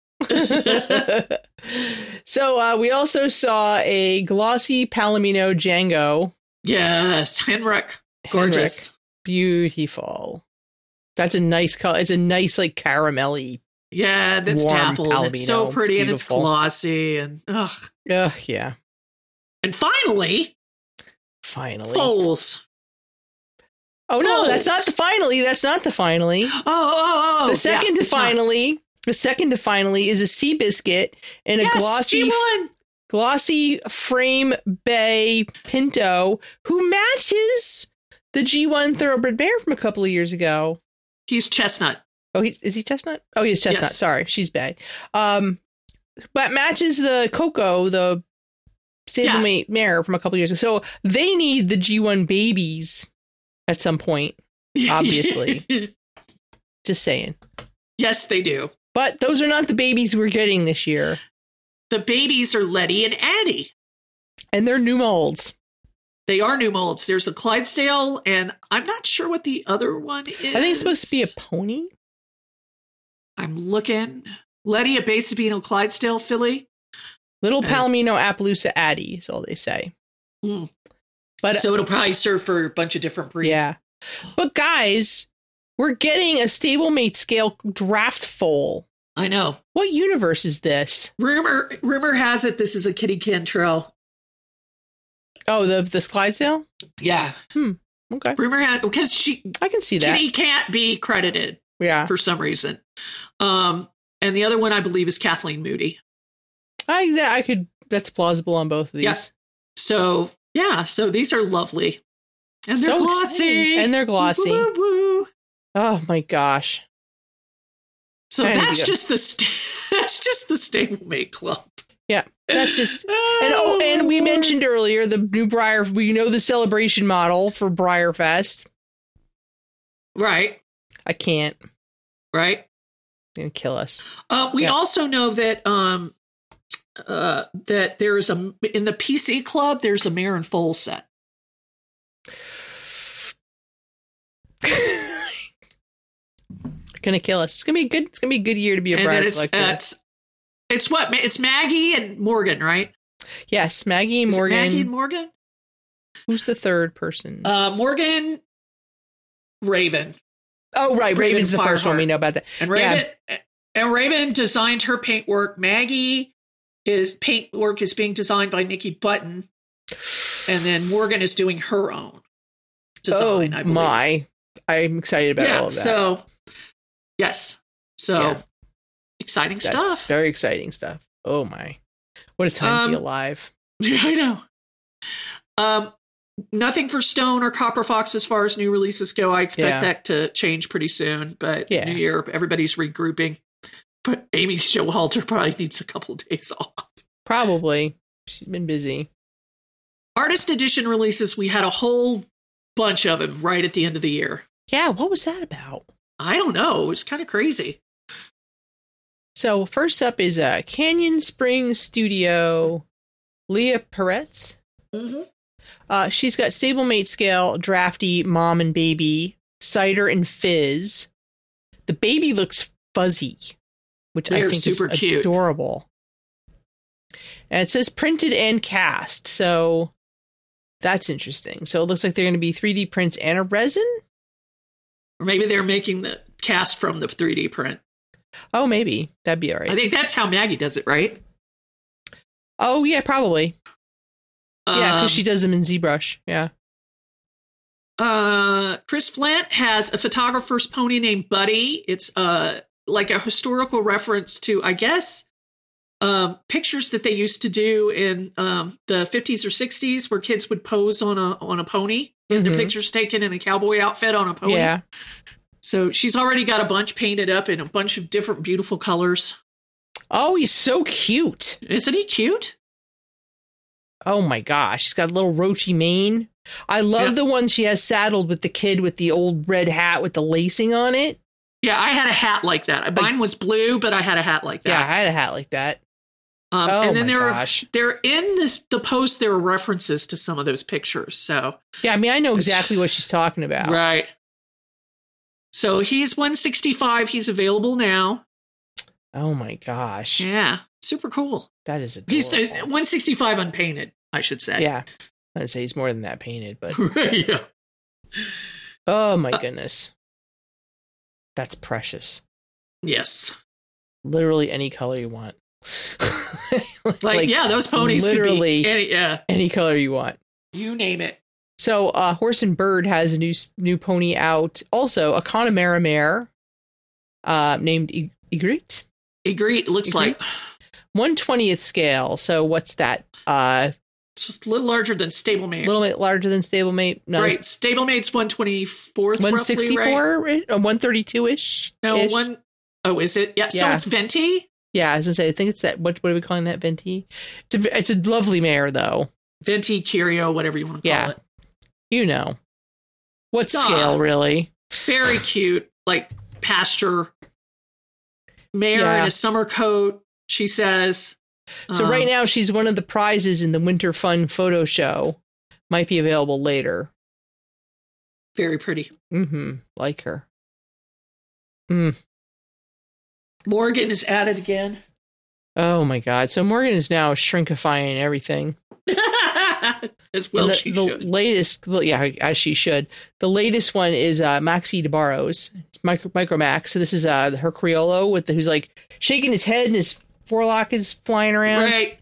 Speaker 2: so uh, we also saw a glossy Palomino Django.
Speaker 3: yes, Henrik, gorgeous.
Speaker 2: Beautiful. That's a nice color. It's a nice like caramelly.
Speaker 3: Yeah, that's
Speaker 2: Warm
Speaker 3: dappled. It's so
Speaker 2: Palomino.
Speaker 3: pretty and it's
Speaker 2: Beautiful.
Speaker 3: glossy and ugh.
Speaker 2: Ugh, yeah.
Speaker 3: And finally,
Speaker 2: Finally.
Speaker 3: foals.
Speaker 2: oh no,
Speaker 3: Foals.
Speaker 2: that's not the finally. That's not the finally.
Speaker 3: Oh, oh, oh!
Speaker 2: the second
Speaker 3: yeah,
Speaker 2: to
Speaker 3: it's not-
Speaker 2: finally. The second to finally is a sea biscuit and a
Speaker 3: yes,
Speaker 2: glossy
Speaker 3: G1.
Speaker 2: glossy frame bay pinto who matches the G1 thoroughbred bear from a couple of years ago.
Speaker 3: He's chestnut.
Speaker 2: Oh, he's, is he chestnut? Oh, he's chestnut.
Speaker 3: Yes.
Speaker 2: Sorry, she's bay. Um, but matches the Coco, the stablemate mare from a couple of years ago. So they need the G1 babies at some point. Obviously. Just saying.
Speaker 3: yes, they do.
Speaker 2: But those are not the babies we're getting this year,
Speaker 3: The babies are Letty and Addie.
Speaker 2: and they're new molds.
Speaker 3: They are new molds. There's a Clydesdale, and I'm not sure what the other one is.
Speaker 2: I think it's supposed to be a pony.
Speaker 3: I'm looking. Letty, a Bay Sabino Clydesdale filly.
Speaker 2: Little
Speaker 3: Uh.
Speaker 2: Palomino Appaloosa Addy is all they say.
Speaker 3: Mm.
Speaker 2: But uh,
Speaker 3: so it'll probably serve for a bunch of different breeds.
Speaker 2: yeah, but guys, we're getting a stablemate scale draft foal.
Speaker 3: I know.
Speaker 2: What universe is this?
Speaker 3: Rumor rumor has it this is a Kitty Cantrell.
Speaker 2: Oh, the the Clydesdale.
Speaker 3: Yeah.
Speaker 2: Okay,
Speaker 3: Rumor has because she
Speaker 2: I can see that.
Speaker 3: Kitty can't be credited
Speaker 2: Yeah,
Speaker 3: for some reason. Um and the other one I believe is Kathleen Moody.
Speaker 2: I that I could. That's plausible on both of these.
Speaker 3: Yeah. So yeah, so these are lovely. And they're
Speaker 2: So
Speaker 3: glossy.
Speaker 2: exciting. and they're glossy.
Speaker 3: Woo, woo.
Speaker 2: Oh my gosh,
Speaker 3: So
Speaker 2: There you
Speaker 3: that's
Speaker 2: go.
Speaker 3: just the st- that's just the stablemate club.
Speaker 2: Yeah, that's just- and oh, and we mentioned earlier the new Briar. We know the celebration model for Briarfest.
Speaker 3: Right,
Speaker 2: I can't.
Speaker 3: right.
Speaker 2: Gonna kill us.
Speaker 3: Uh, we
Speaker 2: Yeah.
Speaker 3: also know that um, uh, that there is a in the PC club there's a mare and foal set.
Speaker 2: gonna kill us. It's gonna be a good. It's gonna be a good year to be a
Speaker 3: and
Speaker 2: Briar
Speaker 3: then it's
Speaker 2: collector.
Speaker 3: it's it's what Ma- it's Maggie and Morgan, right?
Speaker 2: yes, Maggie
Speaker 3: Is it
Speaker 2: Morgan.
Speaker 3: Maggie and Morgan.
Speaker 2: Who's the third person?
Speaker 3: Uh, Morgan, Raven,
Speaker 2: oh, right.
Speaker 3: Raven
Speaker 2: Raven's the first one
Speaker 3: Fireheart.
Speaker 2: we know about that.
Speaker 3: and Raven and Raven designed her paintwork. Maggie is paintwork is being designed by Nikki Button, and then Morgan is doing her own design.
Speaker 2: oh
Speaker 3: I believe.
Speaker 2: my! I'm excited about all of that.
Speaker 3: So, yes. So,
Speaker 2: Yeah.
Speaker 3: exciting
Speaker 2: That's
Speaker 3: stuff.
Speaker 2: very exciting stuff. Oh my! What a time to be
Speaker 3: Um,
Speaker 2: alive.
Speaker 3: Yeah, I know. Um, nothing for Stone or Copper Fox as far as new releases go. I expect
Speaker 2: Yeah.
Speaker 3: that to change pretty soon. But
Speaker 2: Yeah.
Speaker 3: New Year, everybody's regrouping. But Amy Showalter probably needs a couple days off.
Speaker 2: Probably she's been busy.
Speaker 3: Artist edition releases, we had a whole bunch of them right at the end of the year.
Speaker 2: Yeah. What was that about?
Speaker 3: I don't know. It was kind of crazy.
Speaker 2: So first up is uh, Canyon Spring Studio, Leah Peretz.
Speaker 3: Mm-hmm.
Speaker 2: Uh, she's got stablemate scale, drafty, mom and baby, cider and fizz. The baby looks fuzzy, which I
Speaker 3: They're
Speaker 2: think
Speaker 3: super
Speaker 2: is
Speaker 3: cute.
Speaker 2: adorable. And it says printed and cast, so That's interesting. So it looks like they're going to be 3D prints and a resin.
Speaker 3: Or maybe they're making the cast from the 3D print.
Speaker 2: Oh, maybe that'd be all
Speaker 3: I
Speaker 2: right.
Speaker 3: think that's how Maggie does it, right?
Speaker 2: Oh yeah, probably. yeah,
Speaker 3: Um,
Speaker 2: because she does them in ZBrush. Yeah.
Speaker 3: Uh, Chris Flint has a photographer's pony named Buddy. It's uh like a historical reference to, I guess, um, pictures that they used to do in um, the 50s or 60s, where kids would pose on a on a pony, and their
Speaker 2: Mhm.
Speaker 3: pictures taken in a cowboy outfit on a pony.
Speaker 2: Yeah.
Speaker 3: So she's already got a bunch painted up in a bunch of different beautiful colors.
Speaker 2: Oh, he's so cute.
Speaker 3: Isn't he cute?
Speaker 2: Oh my gosh, she's got a little roachy mane. I love
Speaker 3: Yeah.
Speaker 2: the one she has saddled with the kid with the old red hat with the lacing on it.
Speaker 3: Yeah, I had a hat like that. Mine was blue, but I had a hat like that.
Speaker 2: Yeah, I had a hat like that.
Speaker 3: Um,
Speaker 2: Oh
Speaker 3: and then
Speaker 2: my
Speaker 3: there are
Speaker 2: gosh.
Speaker 3: there in this the post there were references to some of those pictures. So
Speaker 2: Yeah, I mean, I know
Speaker 3: It's-
Speaker 2: exactly what she's talking about.
Speaker 3: right. So he's 165. He's available now.
Speaker 2: Oh my gosh,
Speaker 3: Yeah, super cool.
Speaker 2: that is adorable.
Speaker 3: He's uh, 165 unpainted, I should say.
Speaker 2: yeah, I'd say he's more than that painted, but
Speaker 3: yeah.
Speaker 2: oh my
Speaker 3: Uh,
Speaker 2: goodness, that's precious.
Speaker 3: Yes.
Speaker 2: Literally any color you want. like,
Speaker 3: Like, yeah, those ponies
Speaker 2: literally-
Speaker 3: could be any, yeah,
Speaker 2: any color you want.
Speaker 3: you name it.
Speaker 2: So, uh, Horse and Bird has a new new pony out. Also, a Connemara mare uh, named I- Igrit,
Speaker 3: Egret looks like
Speaker 2: Egret? one twentieth scale. So, what's that? Uh,
Speaker 3: just a little larger than
Speaker 2: a
Speaker 3: stablemate.
Speaker 2: little bit larger than stablemate. No,
Speaker 3: right, stablemate's 124th.
Speaker 2: one
Speaker 3: roughly,
Speaker 2: sixty
Speaker 3: right?
Speaker 2: four, one thirty two ish.
Speaker 3: No one oh is it? Yeah, so
Speaker 2: Yeah.
Speaker 3: it's venti.
Speaker 2: Yeah, I was gonna say. I think it's that. What, what are we calling that? Venti. It's a, it's a lovely mare, though.
Speaker 3: Venti Curio, whatever you want to call
Speaker 2: Yeah.
Speaker 3: it.
Speaker 2: You know, what
Speaker 3: Duh.
Speaker 2: scale really?
Speaker 3: Very cute, like pasture mare in
Speaker 2: Yeah.
Speaker 3: a summer coat. She says.
Speaker 2: So
Speaker 3: Um,
Speaker 2: right now she's one of the prizes in the Winter Fun photo show. Might be available later.
Speaker 3: very pretty.
Speaker 2: Mm-hmm. Like her.
Speaker 3: Morgan is at it again.
Speaker 2: Oh my god. So Morgan is now shrinkifying everything.
Speaker 3: As
Speaker 2: And
Speaker 3: well,
Speaker 2: the,
Speaker 3: she
Speaker 2: the
Speaker 3: should.
Speaker 2: latest well, yeah, as she should. The latest one is uh Maxi DeBarros. It's micro micro Max. So this is uh her Criollo with the who's like shaking his head and his forelock is flying around.
Speaker 3: Right.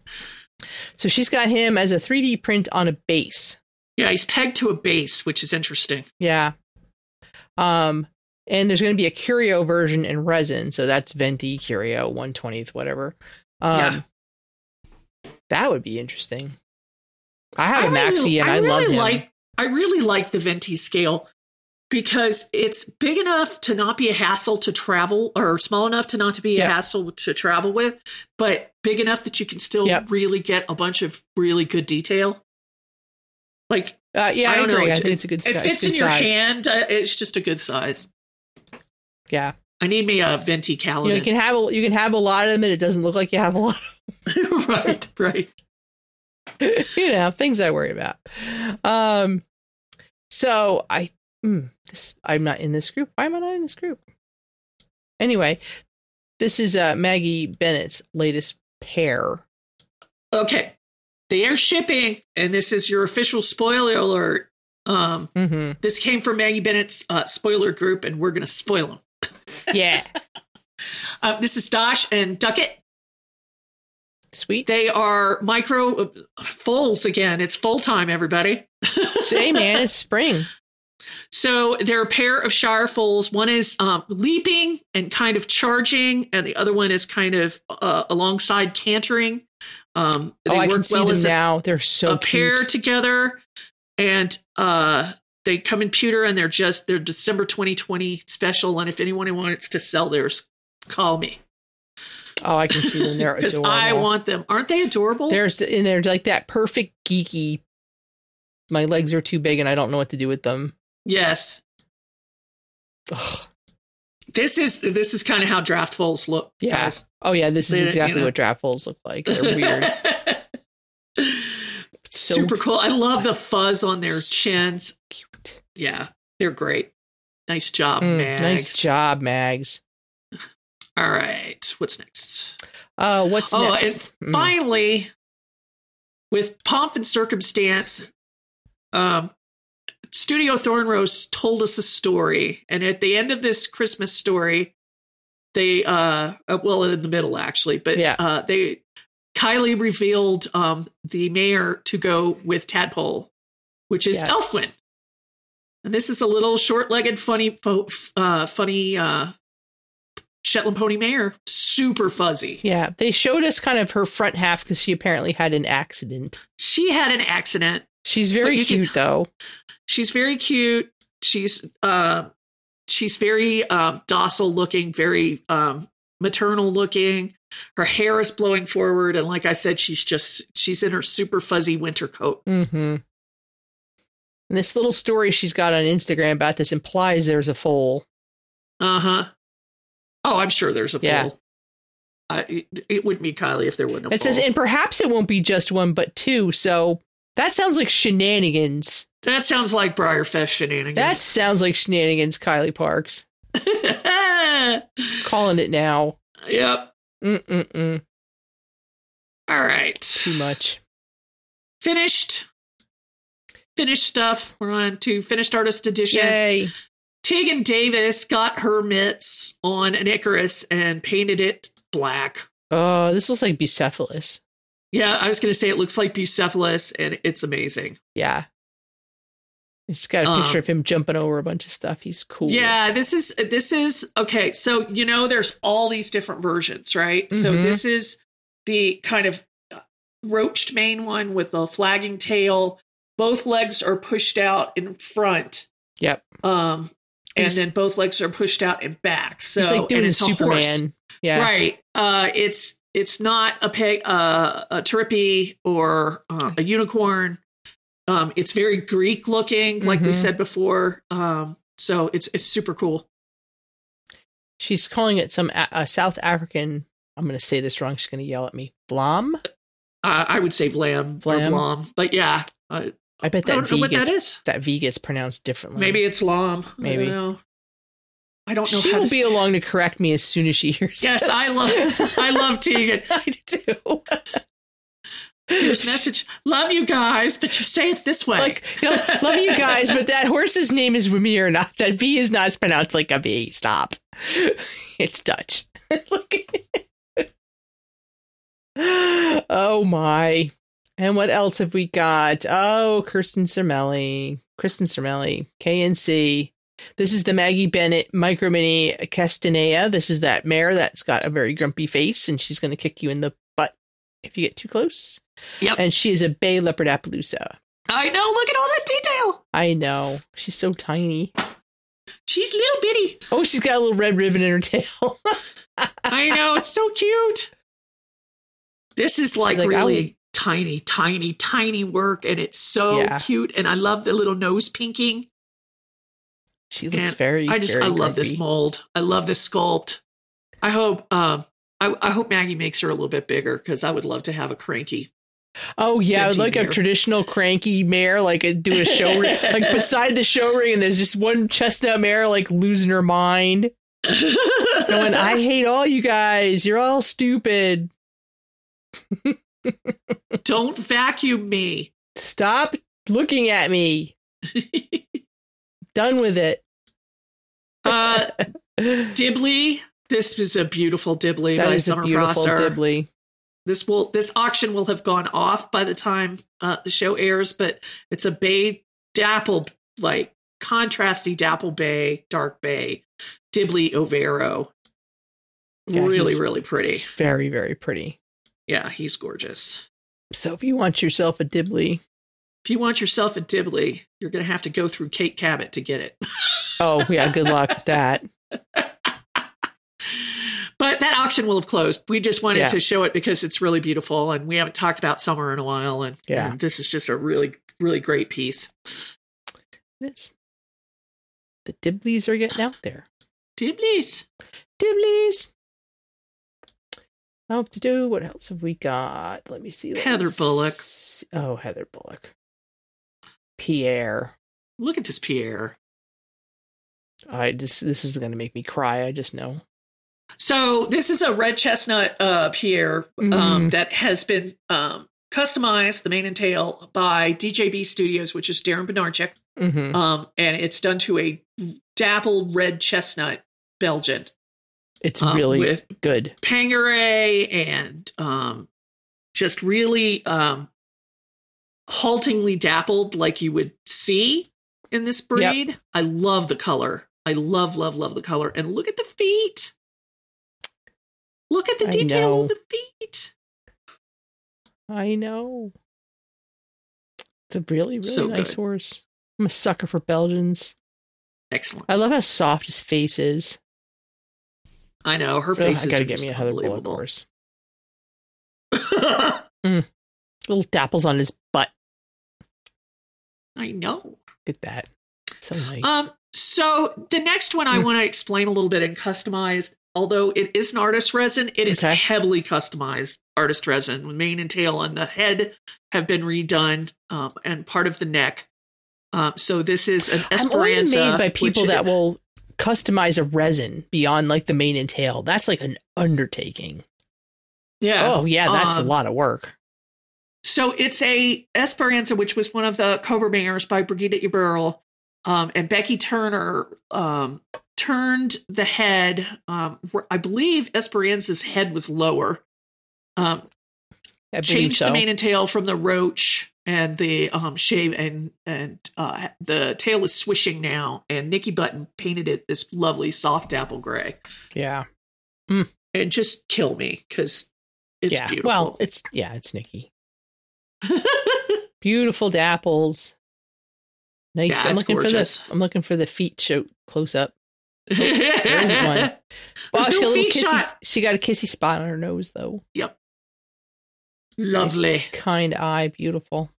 Speaker 2: So she's got him as a 3D print on a base.
Speaker 3: Yeah, he's pegged to a base, which is interesting.
Speaker 2: Yeah. Um and there's going to be a curio version in resin, so that's venti curio 120th whatever. Um
Speaker 3: Yeah.
Speaker 2: That would be interesting. I have a
Speaker 3: I
Speaker 2: maxi
Speaker 3: really-
Speaker 2: and I,
Speaker 3: really
Speaker 2: love him.
Speaker 3: Like, I really like the Venti scale because it's big enough to not be a hassle to travel, or small enough to not to be
Speaker 2: Yeah.
Speaker 3: a hassle to travel with, but big enough that you can still
Speaker 2: Yeah.
Speaker 3: really get a bunch of really good detail. Like
Speaker 2: uh, yeah, I,
Speaker 3: I don't
Speaker 2: agree.
Speaker 3: know.
Speaker 2: I
Speaker 3: It-
Speaker 2: think it's a good. si-
Speaker 3: it
Speaker 2: it's
Speaker 3: fits
Speaker 2: good
Speaker 3: in your
Speaker 2: size.
Speaker 3: hand. uh, It's just a good size.
Speaker 2: Yeah,
Speaker 3: I need me a Venti
Speaker 2: you, know, you
Speaker 3: Kaladin.
Speaker 2: can have a, you can have a lot of them, and it doesn't look like you have a lot.
Speaker 3: right, right.
Speaker 2: Of, you know, things I worry about. Um, so I, mm, this, I'm not in this group. Why am I not in this group? Anyway, this is uh, Maggie Bennett's latest pair.
Speaker 3: Okay. They are shipping, and this is your official spoiler alert. Um,
Speaker 2: Mm-hmm.
Speaker 3: This came from Maggie Bennett's uh, spoiler group, and we're going to spoil them.
Speaker 2: Yeah,
Speaker 3: Uh, this is Dosh and Duckett.
Speaker 2: sweet.
Speaker 3: They are micro uh, foals again. It's full time, everybody.
Speaker 2: Say, man, it's spring.
Speaker 3: So they're a pair of Shire foals. One is um, leaping and kind of charging, and the other one is kind of uh, alongside cantering. Um, they
Speaker 2: Oh, I
Speaker 3: work
Speaker 2: can see
Speaker 3: well
Speaker 2: them
Speaker 3: as a,
Speaker 2: now. They're so
Speaker 3: a pair
Speaker 2: cute.
Speaker 3: together, and uh, they come in pewter, and they're just they're December 2020 special. And if anyone wants to sell theirs, call me.
Speaker 2: Oh, I can see them. They're
Speaker 3: because
Speaker 2: adorable.
Speaker 3: I want them. Aren't they adorable?
Speaker 2: There's and they're like that perfect geeky. My legs are too big and I don't know what to do with them.
Speaker 3: yes.
Speaker 2: Ugh.
Speaker 3: This is this is kind of how draft foals look.
Speaker 2: Yeah.
Speaker 3: guys.
Speaker 2: Oh yeah, this is
Speaker 3: They- you
Speaker 2: exactly
Speaker 3: know.
Speaker 2: what draft foals look like. They're weird. so
Speaker 3: Super cool. I love the fuzz on their
Speaker 2: So
Speaker 3: chins.
Speaker 2: cute.
Speaker 3: Yeah, they're great. Nice job,
Speaker 2: Mm,
Speaker 3: Oh, Mags.
Speaker 2: nice job, Mags.
Speaker 3: All right, what's next?
Speaker 2: Uh, what's
Speaker 3: Oh,
Speaker 2: next? Mm.
Speaker 3: Finally, with pomp and circumstance, Um, Studio Thornrose told us a story, and at the end of this Christmas story, they uh, uh, well in the middle actually, but
Speaker 2: Yeah.
Speaker 3: uh, they Kylie revealed um the mayor to go with Tadpole, which is
Speaker 2: Yes.
Speaker 3: Elfwin. And this is a little short-legged, funny, po- f- uh, funny uh, Shetland pony mare, super fuzzy.
Speaker 2: Yeah, they showed us kind of her front half because she apparently had an accident.
Speaker 3: She had an accident.
Speaker 2: She's
Speaker 3: But
Speaker 2: very
Speaker 3: you can-
Speaker 2: cute though.
Speaker 3: She's very cute. She's uh, she's very um, docile looking, very um, maternal looking. Her hair is blowing forward, and like I said, she's just she's in her super fuzzy winter coat.
Speaker 2: Mm-hmm. And this little story she's got on Instagram about this implies there's a foal.
Speaker 3: Uh huh. Oh, I'm sure there's a
Speaker 2: Yeah.
Speaker 3: poll. Uh, it, it wouldn't be Kylie if there wasn't a
Speaker 2: It says,
Speaker 3: poll.
Speaker 2: and perhaps it won't be just one, but two. So that sounds like shenanigans.
Speaker 3: that sounds like Briarfest shenanigans.
Speaker 2: That sounds like shenanigans, Kylie Parks. Calling it now.
Speaker 3: yep.
Speaker 2: Mm-mm-mm.
Speaker 3: All right.
Speaker 2: Too much.
Speaker 3: finished finished stuff we're on to finished artist editions
Speaker 2: Yay.
Speaker 3: tegan davis got her mitts on an icarus and painted it black
Speaker 2: Oh, this looks like Bucephalus.
Speaker 3: yeah i was gonna say it looks like bucephalus and it's amazing
Speaker 2: Yeah. It's got a picture
Speaker 3: Um,
Speaker 2: of him jumping over a bunch of stuff. He's cool.
Speaker 3: yeah this is this is okay so you know there's all these different versions right so
Speaker 2: Mhm.
Speaker 3: this is the kind of uh, roached mane one with the flagging tail both legs are pushed out in front
Speaker 2: Yep.
Speaker 3: um and
Speaker 2: He's-
Speaker 3: then both legs are pushed out and back so
Speaker 2: He's like doing
Speaker 3: and
Speaker 2: a
Speaker 3: it's horse.
Speaker 2: Superman. Yeah.
Speaker 3: right uh it's it's not a pig uh, a trippy or uh, a unicorn um it's very greek looking like we
Speaker 2: Mhm.
Speaker 3: said before um so it's it's super cool
Speaker 2: She's calling it some a- uh, South African. I'm going to say this wrong. She's going to yell at me. Blom.
Speaker 3: uh, i would say vlam, or
Speaker 2: Vlam.
Speaker 3: vlam but yeah uh,
Speaker 2: I bet that
Speaker 3: i don't
Speaker 2: V
Speaker 3: know what
Speaker 2: gets
Speaker 3: that is
Speaker 2: that V gets pronounced differently.
Speaker 3: maybe it's lam i
Speaker 2: Maybe.
Speaker 3: don't know i don't know
Speaker 2: she
Speaker 3: how
Speaker 2: will
Speaker 3: to
Speaker 2: be
Speaker 3: s-
Speaker 2: along to correct me as soon as she hears.
Speaker 3: yes
Speaker 2: this.
Speaker 3: i love i love tegan
Speaker 2: I do.
Speaker 3: Here's message. Love you guys, but you say it this way.
Speaker 2: Like, you know, love you guys, but that horse's name is Ramir. Not that V is not pronounced like a V. Stop. It's Dutch. Look. oh my! And what else have we got? Oh, Kirsten Sermelli, Kirsten Sermelli, KNC. This is the Maggie Bennett Micro Mini Castanea. This is that mare that's got a very grumpy face, and she's going to kick you in the butt if you get too close.
Speaker 3: Yep.
Speaker 2: And she is a Bay Leopard Appaloosa.
Speaker 3: I know. Look at all that detail.
Speaker 2: I know. She's so tiny.
Speaker 3: She's little bitty.
Speaker 2: Oh, she's got a little red ribbon in her tail.
Speaker 3: I know. It's so cute. This is like,
Speaker 2: like,
Speaker 3: really
Speaker 2: "Ow."
Speaker 3: tiny, tiny, tiny work, and it's so
Speaker 2: Yeah.
Speaker 3: cute. And I love the little nose pinking.
Speaker 2: she looks
Speaker 3: And
Speaker 2: very.
Speaker 3: I just
Speaker 2: very
Speaker 3: I love this
Speaker 2: grumpy.
Speaker 3: mold. I love this sculpt. I hope um I, I hope Maggie makes her a little bit bigger because I would love to have a cranky.
Speaker 2: Oh yeah, I would
Speaker 3: Genty
Speaker 2: like a
Speaker 3: mare.
Speaker 2: traditional cranky mare, like a, do a show ring, like beside the show ring, and there's just one chestnut mare like losing her mind, going, "I hate all you guys. You're all stupid.
Speaker 3: Don't vacuum me.
Speaker 2: Stop looking at me. Done with it."
Speaker 3: uh Dibley. This is a beautiful Dibley
Speaker 2: that
Speaker 3: by
Speaker 2: is a
Speaker 3: Summer
Speaker 2: beautiful
Speaker 3: Prosser.
Speaker 2: Dibley.
Speaker 3: This will this auction will have gone off by the time uh, the show airs, but it's a bay dapple like contrasty dapple bay, dark bay, Dibley Overo.
Speaker 2: Yeah,
Speaker 3: really,
Speaker 2: he's-
Speaker 3: really pretty.
Speaker 2: She's very very pretty.
Speaker 3: Yeah, he's gorgeous.
Speaker 2: So if you want yourself a Dibley,
Speaker 3: If you want yourself a Dibley, you're gonna have to go through Kate Cabot to get it.
Speaker 2: oh yeah, good luck with that.
Speaker 3: But that auction will have closed. We just wanted
Speaker 2: Yeah.
Speaker 3: to show it because it's really beautiful and we haven't talked about summer in a while. And,
Speaker 2: Yeah.
Speaker 3: and this is just a really, really great piece.
Speaker 2: Yes. The Dibleys are getting out there.
Speaker 3: Dibleys.
Speaker 2: Dibleys. How to do? What else have we got? Let me see. let me
Speaker 3: Heather Bullock.
Speaker 2: see- Oh, Heather Bullock. Pierre.
Speaker 3: Look at this Pierre.
Speaker 2: I this this is gonna make me cry. I just know.
Speaker 3: So this is a red chestnut uh, Pierre um,
Speaker 2: Mhm.
Speaker 3: that has been um, customized, the mane and tail, by DJB Studios, which is Darren Benarchik.
Speaker 2: Mm-hmm.
Speaker 3: Um, and it's done to a dapple red chestnut Belgian.
Speaker 2: It's
Speaker 3: um,
Speaker 2: really
Speaker 3: with-
Speaker 2: good.
Speaker 3: Pangeray and um, just really um, haltingly dappled, like you would see in this breed. I love the color. I love, love, love the color. And look at the feet. Look at the
Speaker 2: I
Speaker 3: detail
Speaker 2: know.
Speaker 3: on the feet.
Speaker 2: I know. It's a really, really
Speaker 3: So
Speaker 2: nice
Speaker 3: good.
Speaker 2: horse. I'm a sucker for Belgians.
Speaker 3: Excellent.
Speaker 2: I love how soft his face is.
Speaker 3: I know her
Speaker 2: Ugh,
Speaker 3: face
Speaker 2: I
Speaker 3: is
Speaker 2: gotta get me
Speaker 3: just
Speaker 2: another bullet
Speaker 3: unbelievable.
Speaker 2: horse. Little dapples on his butt.
Speaker 3: I know.
Speaker 2: Look at that. So nice.
Speaker 3: Um, so the next one I
Speaker 2: Mm.
Speaker 3: want to explain a little bit and customize. Although it is an artist resin, it is
Speaker 2: Okay.
Speaker 3: heavily customized artist resin. with Mane and tail and the head have been redone, um, and part of the neck. Um, so this is an
Speaker 2: I'm always
Speaker 3: Esperanza.
Speaker 2: amazed by
Speaker 3: which
Speaker 2: people
Speaker 3: is-
Speaker 2: that will customize a resin beyond like the mane and tail. That's like an undertaking.
Speaker 3: yeah.
Speaker 2: Oh yeah, that's
Speaker 3: Um,
Speaker 2: a lot of work.
Speaker 3: So it's a Esperanza, which was one of the Cobra Bangers by Brigida Iberl. Um, and Becky Turner um, turned the head. Um, where- I believe Esperanza's head was lower. Um,
Speaker 2: I believe
Speaker 3: changed
Speaker 2: so.
Speaker 3: the mane and tail from the roach and the um, shave, and and uh, the tail is swishing now. And Nikki Button painted it this lovely soft apple gray.
Speaker 2: yeah.
Speaker 3: And just kill me because it's
Speaker 2: yeah.
Speaker 3: beautiful.
Speaker 2: Well, it's yeah, it's Nikki. Beautiful dapples. Nice.
Speaker 3: Yeah,
Speaker 2: I'm
Speaker 3: it's
Speaker 2: looking for this.
Speaker 3: gorgeous.
Speaker 2: I'm looking for the feet show close up.
Speaker 3: there's
Speaker 2: one.
Speaker 3: There's
Speaker 2: she
Speaker 3: no
Speaker 2: got a little
Speaker 3: feet
Speaker 2: kissy.
Speaker 3: shot.
Speaker 2: She got a kissy spot on her nose though.
Speaker 3: Lovely.
Speaker 2: Kind eye, beautiful.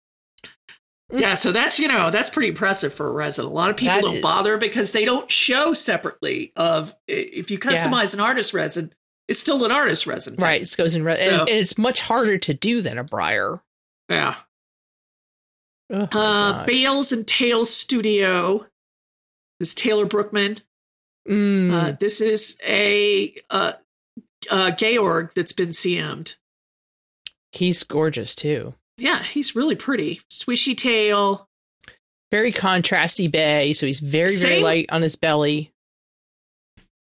Speaker 3: Yeah, so that's you know that's pretty impressive for a resin. A lot of people
Speaker 2: That
Speaker 3: don't
Speaker 2: is.
Speaker 3: bother because they don't show separately. Of if you customize an artist resin, it's still an artist resin, type.
Speaker 2: Right. It goes in red,
Speaker 3: So-
Speaker 2: and, and it's much harder to do than a briar.
Speaker 3: Yeah.
Speaker 2: Oh, my
Speaker 3: Uh,
Speaker 2: gosh.
Speaker 3: Bales and Tails Studio is Taylor Brookman.
Speaker 2: Mm.
Speaker 3: Uh, this is a uh, uh, Georg that's been CM'd.
Speaker 2: He's gorgeous too.
Speaker 3: Yeah, he's really pretty. Swishy tail.
Speaker 2: Very contrasty bay, so he's very very
Speaker 3: Same.
Speaker 2: light on his belly,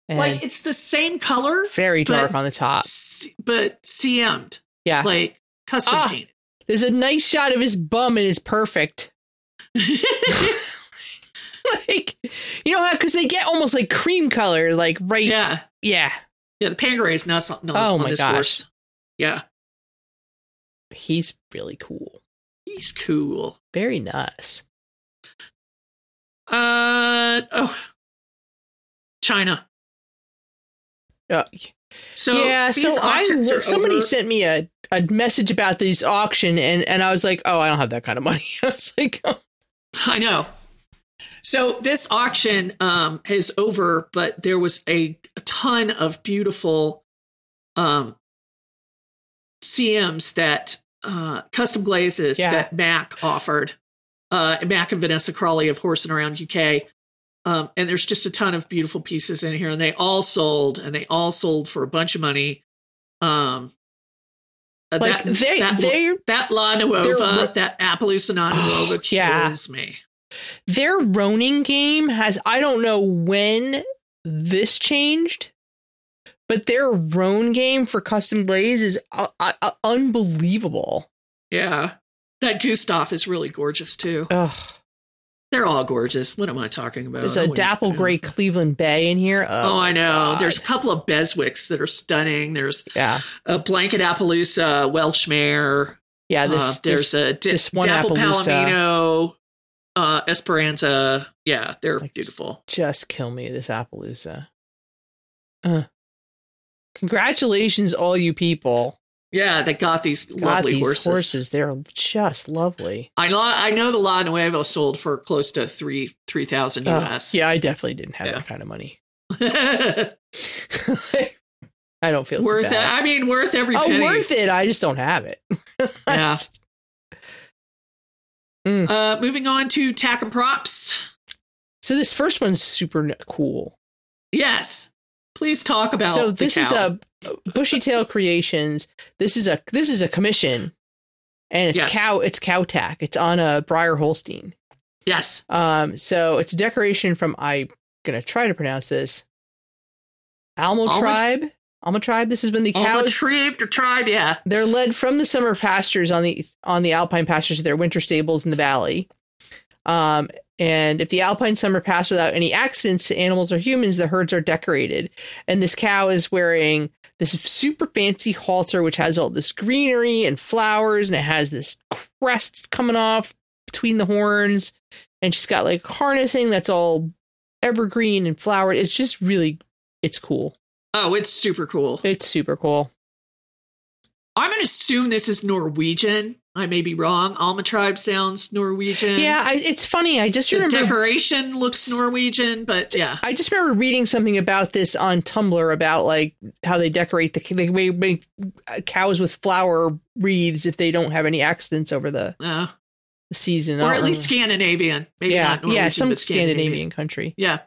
Speaker 2: and
Speaker 3: like it's the same color,
Speaker 2: very
Speaker 3: but-
Speaker 2: dark on the top.
Speaker 3: s- but CM'd.
Speaker 2: Yeah,
Speaker 3: Like custom
Speaker 2: Ah.
Speaker 3: painted.
Speaker 2: there's a nice shot of his bum, and it's perfect. like you know how because they get almost like cream color, like right. Yeah.
Speaker 3: yeah. Yeah, the Pangeray is not something
Speaker 2: Oh
Speaker 3: on
Speaker 2: my
Speaker 3: this
Speaker 2: gosh.
Speaker 3: horse. Yeah,
Speaker 2: he's really cool.
Speaker 3: he's cool.
Speaker 2: Very nice.
Speaker 3: Uh oh, China.
Speaker 2: Uh,
Speaker 3: So
Speaker 2: yeah, so
Speaker 3: these
Speaker 2: I
Speaker 3: auctions are
Speaker 2: look, somebody
Speaker 3: over.
Speaker 2: sent me a, a message about these auction, and and I was like, oh, I don't have that kind of money. I was like, oh,
Speaker 3: I know. So this auction um, is over, but there was a, a ton of beautiful um, CMs that uh, custom glazes
Speaker 2: Yeah.
Speaker 3: that Mac offered. Uh, Mac and Vanessa Crawley of Horsing Around UK. Um, and there's just a ton of beautiful pieces in here, and they all sold, and they all sold for a bunch of money. Um, uh,
Speaker 2: like
Speaker 3: that-
Speaker 2: they
Speaker 3: that,
Speaker 2: they
Speaker 3: that La
Speaker 2: They're-
Speaker 3: Nuova, that Appaloosa La
Speaker 2: Oh,
Speaker 3: Nuova kills
Speaker 2: yeah.
Speaker 3: me.
Speaker 2: their Ronin game has I don't know when this changed, but their Roan game for custom glaze is uh, uh, uh, unbelievable.
Speaker 3: Yeah. That Gustav is really gorgeous too.
Speaker 2: Ugh.
Speaker 3: They're all gorgeous. What am I talking about?
Speaker 2: There's
Speaker 3: I
Speaker 2: a
Speaker 3: wouldn't-
Speaker 2: dapple gray Cleveland Bay in here.
Speaker 3: Oh, I know.
Speaker 2: God.
Speaker 3: There's a couple of Beswicks that are stunning. There's
Speaker 2: yeah,
Speaker 3: a blanket Appaloosa, Welsh Mare.
Speaker 2: yeah. This
Speaker 3: uh, there's
Speaker 2: there's
Speaker 3: a di-
Speaker 2: this one
Speaker 3: Dapple
Speaker 2: Appaloosa.
Speaker 3: Palomino, uh, Esperanza. Yeah, they're
Speaker 2: Like-
Speaker 3: beautiful.
Speaker 2: just kill me this Appaloosa. Uh. Congratulations, all you people!
Speaker 3: Yeah, they got these
Speaker 2: God,
Speaker 3: lovely
Speaker 2: these
Speaker 3: horses.
Speaker 2: horses—they're just lovely.
Speaker 3: I know. I know the La Nueva sold for close to three three thousand
Speaker 2: Uh,
Speaker 3: US.
Speaker 2: yeah, I definitely didn't have
Speaker 3: Yeah.
Speaker 2: that kind of money.
Speaker 3: yeah,
Speaker 2: I don't feel so
Speaker 3: worth it.
Speaker 2: bad.
Speaker 3: I mean, worth every
Speaker 2: oh,
Speaker 3: penny.
Speaker 2: worth it. I just don't have it.
Speaker 3: Yeah.
Speaker 2: Mm.
Speaker 3: Uh, moving on to tack and props.
Speaker 2: So this first one's super n- cool.
Speaker 3: Yes, please talk about.
Speaker 2: so
Speaker 3: the
Speaker 2: this is
Speaker 3: cow.
Speaker 2: a Bushy Tail Creations. This is a this is a commission and it's
Speaker 3: Yes.
Speaker 2: cow it's cow tack. It's on a Briar Holstein.
Speaker 3: Yes.
Speaker 2: Um, so it's a decoration from I'm gonna try to pronounce this. Almo
Speaker 3: Alma-
Speaker 2: tribe. Alma tribe. This is when the
Speaker 3: All the
Speaker 2: cows
Speaker 3: tribe, the tribe, yeah.
Speaker 2: they're led from the summer pastures on the on the alpine pastures to their winter stables in the valley. Um, and if the alpine summer passed without any accidents to animals or humans, the herds are decorated. And this cow is wearing this super fancy halter, which has all this greenery and flowers, and it has this crest coming off between the horns. And she's got like harnessing that's all evergreen and flowered. It's just really, it's cool.
Speaker 3: Oh, it's super cool.
Speaker 2: It's super cool.
Speaker 3: I'm going to assume this is Norwegian. I may be wrong. Alma tribe sounds Norwegian.
Speaker 2: Yeah, I, it's funny. I just
Speaker 3: The
Speaker 2: remember
Speaker 3: decoration looks Norwegian, but yeah.
Speaker 2: I just remember reading something about this on Tumblr about like how they decorate the they may make cows with flower wreaths if they don't have any accidents over the
Speaker 3: Uh,
Speaker 2: season, I
Speaker 3: or
Speaker 2: don't
Speaker 3: at least
Speaker 2: know.
Speaker 3: Scandinavian. Maybe
Speaker 2: yeah,
Speaker 3: not Norwegian,
Speaker 2: yeah, some
Speaker 3: but
Speaker 2: Scandinavian.
Speaker 3: Scandinavian.
Speaker 2: country.
Speaker 3: Yeah,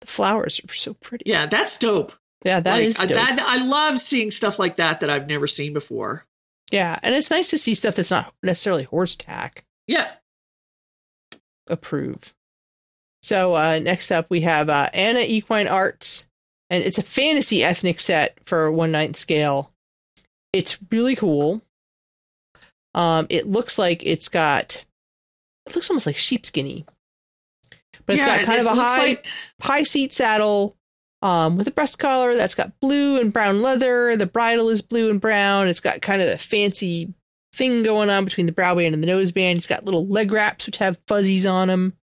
Speaker 2: The flowers are so pretty.
Speaker 3: yeah, that's dope.
Speaker 2: Yeah, that
Speaker 3: Like,
Speaker 2: is
Speaker 3: I-
Speaker 2: dope.
Speaker 3: that- I love seeing stuff like that that I've never seen before.
Speaker 2: yeah, and it's nice to see stuff that's not necessarily horse tack
Speaker 3: Yeah.
Speaker 2: approve. So uh, next up we have uh, Anna Equine Arts, and it's a fantasy ethnic set for one ninth scale. It's really cool. Um, it looks like it's got, it looks almost like sheepskinny, but it's
Speaker 3: yeah,
Speaker 2: got kind
Speaker 3: it
Speaker 2: of a
Speaker 3: looks
Speaker 2: high
Speaker 3: like-
Speaker 2: high seat saddle um, with a breast collar that's got blue and brown leather. The bridle is blue and brown. It's got kind of a fancy thing going on between the brow band and the nose band. It's got little leg wraps which have fuzzies on them.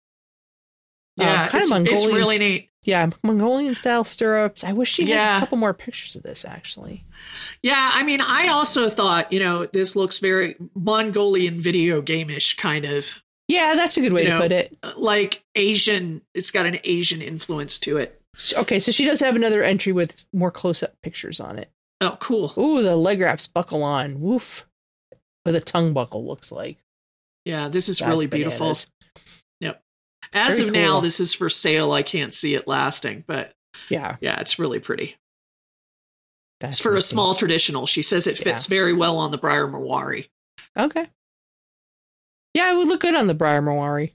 Speaker 3: yeah,
Speaker 2: uh, kind of
Speaker 3: it's, it's
Speaker 2: Mongolian.
Speaker 3: really neat.
Speaker 2: Yeah, Mongolian style stirrups. I wish she had
Speaker 3: Yeah.
Speaker 2: a couple more pictures of this actually.
Speaker 3: Yeah, I mean, I also thought, you know, this looks very Mongolian video game ish kind of
Speaker 2: Yeah, that's a good way
Speaker 3: You
Speaker 2: to
Speaker 3: know.
Speaker 2: put it.
Speaker 3: like Asian. It's got an Asian influence to it.
Speaker 2: Sh- Okay, so she does have another entry with more close up pictures on it.
Speaker 3: Oh, cool.
Speaker 2: Ooh, the leg wraps buckle on. Woof. With a tongue buckle looks like.
Speaker 3: Yeah, this is
Speaker 2: That's
Speaker 3: really beautiful.
Speaker 2: bananas.
Speaker 3: As
Speaker 2: Very
Speaker 3: of now,
Speaker 2: cool.
Speaker 3: this is for sale. I can't see it lasting, but
Speaker 2: Yeah.
Speaker 3: yeah, it's really pretty.
Speaker 2: That's
Speaker 3: it's for a
Speaker 2: amazing.
Speaker 3: small traditional. She says it fits very well on the Briar Mawari.
Speaker 2: Okay. Yeah, it would look good on the Briar Mawari.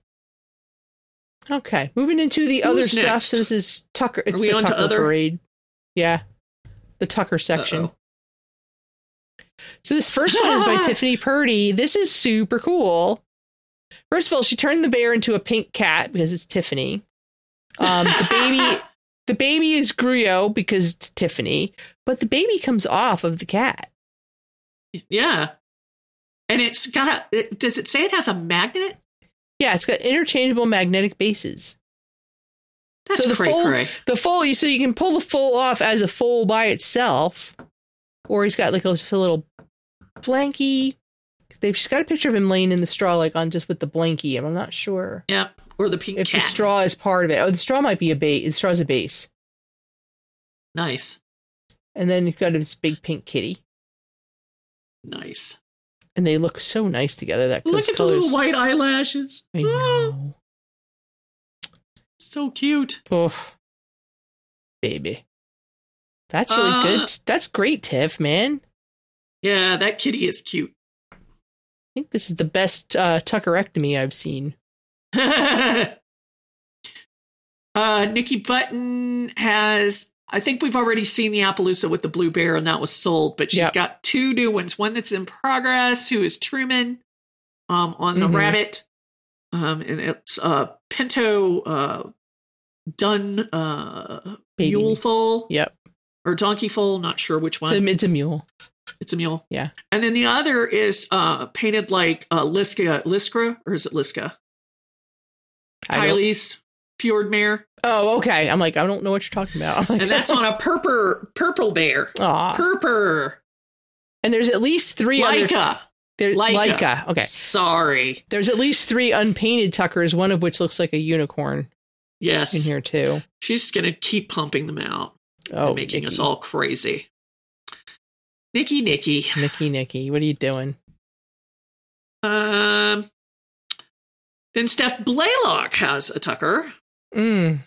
Speaker 2: Okay, moving into the
Speaker 3: Who's
Speaker 2: other stuff.
Speaker 3: next?
Speaker 2: So this is Tucker. It's
Speaker 3: we
Speaker 2: the
Speaker 3: on to
Speaker 2: Tucker
Speaker 3: other?
Speaker 2: parade. Yeah, the Tucker section.
Speaker 3: Uh-oh.
Speaker 2: So this first one is by Tiffany Purdy. This is super cool. First of all, she turned the bear into a pink cat because it's Tiffany. Um, the baby, the baby is Gruyo because it's Tiffany, but the baby comes off of the cat.
Speaker 3: Yeah. And it's got a, it, does it say it has a magnet?
Speaker 2: Yeah, it's got interchangeable magnetic bases.
Speaker 3: That's
Speaker 2: So the
Speaker 3: cray
Speaker 2: fold-
Speaker 3: cray.
Speaker 2: the full so you can pull the full off as a full by itself or he's got like a, just a little blankie they've just got a picture of him laying in the straw like on just with the blankie and i'm not sure
Speaker 3: Yeah. Or the pink
Speaker 2: if
Speaker 3: cat.
Speaker 2: the straw is part of it oh the straw might be a base the straw's a base
Speaker 3: nice.
Speaker 2: and then you've got this big pink kitty
Speaker 3: Nice.
Speaker 2: and they look so nice together that
Speaker 3: Look
Speaker 2: those
Speaker 3: at the
Speaker 2: colors
Speaker 3: little white eyelashes.
Speaker 2: I
Speaker 3: Oh,
Speaker 2: know.
Speaker 3: so cute.
Speaker 2: Oof. baby that's really
Speaker 3: Uh,
Speaker 2: good that's great tiff man
Speaker 3: Yeah, that kitty is cute.
Speaker 2: i think this is the best uh tuckerectomy i've seen
Speaker 3: uh, Nikki Button has. I think we've already seen the Appaloosa with the blue bear, and that was sold. But she's
Speaker 2: Yep.
Speaker 3: got two new ones. One that's in progress, who is Truman, um, on the
Speaker 2: Mhm.
Speaker 3: rabbit, um, and it's uh, Pinto uh, Dun uh,
Speaker 2: Baby.
Speaker 3: Mule Foal
Speaker 2: yep
Speaker 3: or Donkey Foal. Not sure which one.
Speaker 2: It's a, it's a mule.
Speaker 3: It's a mule.
Speaker 2: Yeah.
Speaker 3: And then the other is uh painted like uh Liska Liskra or is it Liska?
Speaker 2: I don't-
Speaker 3: Kylie's Fjordmare.
Speaker 2: Oh, okay. I'm like, I don't know what you're talking about. I'm like,
Speaker 3: And that's on a purple purple bear.
Speaker 2: Aw.
Speaker 3: Purper.
Speaker 2: And there's at least three other.
Speaker 3: Leica.
Speaker 2: There,
Speaker 3: Leica.
Speaker 2: Leica. Okay.
Speaker 3: Sorry.
Speaker 2: There's at least three unpainted tuckers, one of which looks like a unicorn in
Speaker 3: Yes.
Speaker 2: here too.
Speaker 3: She's gonna keep pumping them out.
Speaker 2: Oh,
Speaker 3: and making
Speaker 2: Nikki.
Speaker 3: us all crazy. Nikki Nikki.
Speaker 2: Nikki, Nikki, what are you doing?
Speaker 3: Um then Steph Blaylock has a Tucker.
Speaker 2: Mm.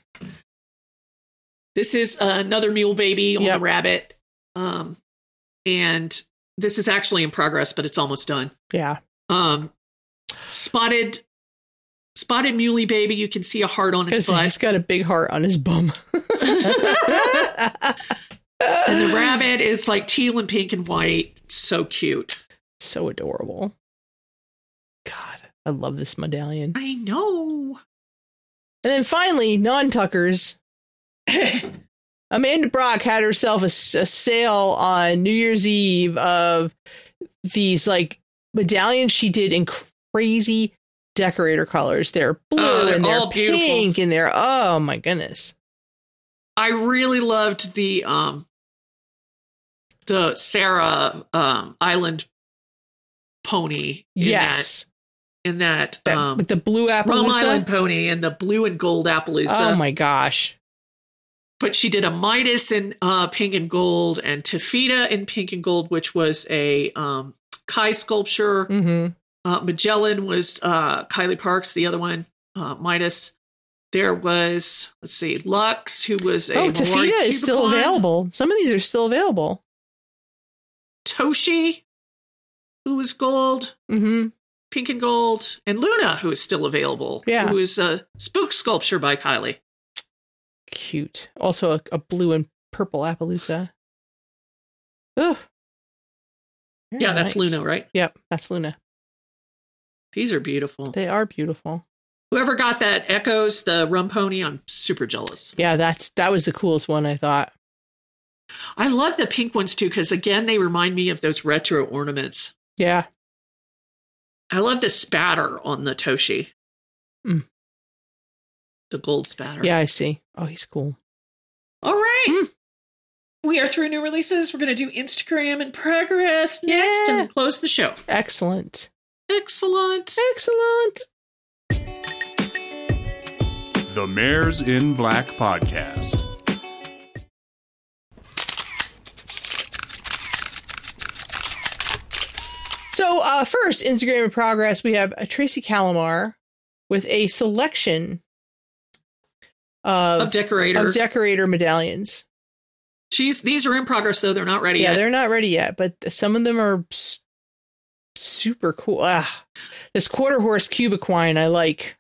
Speaker 3: This is uh, another mule baby on
Speaker 2: Yep.
Speaker 3: a rabbit. Um, and this is actually in progress, but it's almost done.
Speaker 2: Yeah.
Speaker 3: Um, spotted spotted muley baby. You can see a heart on its
Speaker 2: Because
Speaker 3: butt.
Speaker 2: he's got a big heart on his bum.
Speaker 3: And the rabbit is like teal and pink and white. So cute.
Speaker 2: so adorable. God, I love this medallion.
Speaker 3: I know.
Speaker 2: And then finally, non Tuckers. Amanda Brock had herself a, s- a sale on New Year's Eve of these like medallions she did in crazy decorator colors. They're blue
Speaker 3: Oh, they're
Speaker 2: and they're
Speaker 3: all beautiful.
Speaker 2: pink and they're oh my goodness.
Speaker 3: I really loved the um the Sarah um Island pony. In
Speaker 2: yes,
Speaker 3: That, in that,
Speaker 2: That-
Speaker 3: um
Speaker 2: with the blue
Speaker 3: Rome Island
Speaker 2: Appaloosa.
Speaker 3: pony and the blue and gold Appaloosa.
Speaker 2: Oh my gosh,
Speaker 3: but she did a Midas in uh, pink and gold and Tafita in pink and gold, which was a um, Kai sculpture.
Speaker 2: hmm
Speaker 3: Uh, Magellan was uh, Kylie Parks, the other one, uh, Midas. There was, let's see, Lux, who was a.
Speaker 2: oh
Speaker 3: Maori
Speaker 2: Tafita is still
Speaker 3: Cubicon.
Speaker 2: available. Some of these are still available.
Speaker 3: Toshi, who was gold,
Speaker 2: hmm
Speaker 3: pink and gold, and Luna, who is still available.
Speaker 2: Yeah.
Speaker 3: Who is a spook sculpture by Kylie.
Speaker 2: Cute. Also a, a blue and purple Appaloosa. Ugh. Very
Speaker 3: Yeah, that's
Speaker 2: nice.
Speaker 3: Luna, right?
Speaker 2: Yep, that's Luna.
Speaker 3: These are beautiful.
Speaker 2: They are beautiful.
Speaker 3: Whoever got that Echoes, the rum pony, I'm super jealous.
Speaker 2: Yeah, that's that was the coolest one I thought.
Speaker 3: I love the pink ones too, because again, they remind me of those retro ornaments.
Speaker 2: Yeah.
Speaker 3: I love the spatter on the Toshi.
Speaker 2: Mm.
Speaker 3: The gold spatter.
Speaker 2: Yeah, Hmm. I see. Oh, he's cool.
Speaker 3: All right. We are through new releases. We're going to do Instagram in progress next and then
Speaker 2: Yeah.
Speaker 3: close the show.
Speaker 2: Excellent.
Speaker 3: Excellent.
Speaker 2: Excellent.
Speaker 1: The Mares in Black podcast.
Speaker 2: So uh first Instagram in progress, we have uh, Tracy Calamar with a selection
Speaker 3: Of
Speaker 2: of,
Speaker 3: decorator.
Speaker 2: Oh. of decorator medallions.
Speaker 3: She's these are in progress though. They're not ready
Speaker 2: Yeah,
Speaker 3: yet.
Speaker 2: they're not ready yet, but some of them are s- super cool. Ah, this quarter horse cubiquine I like.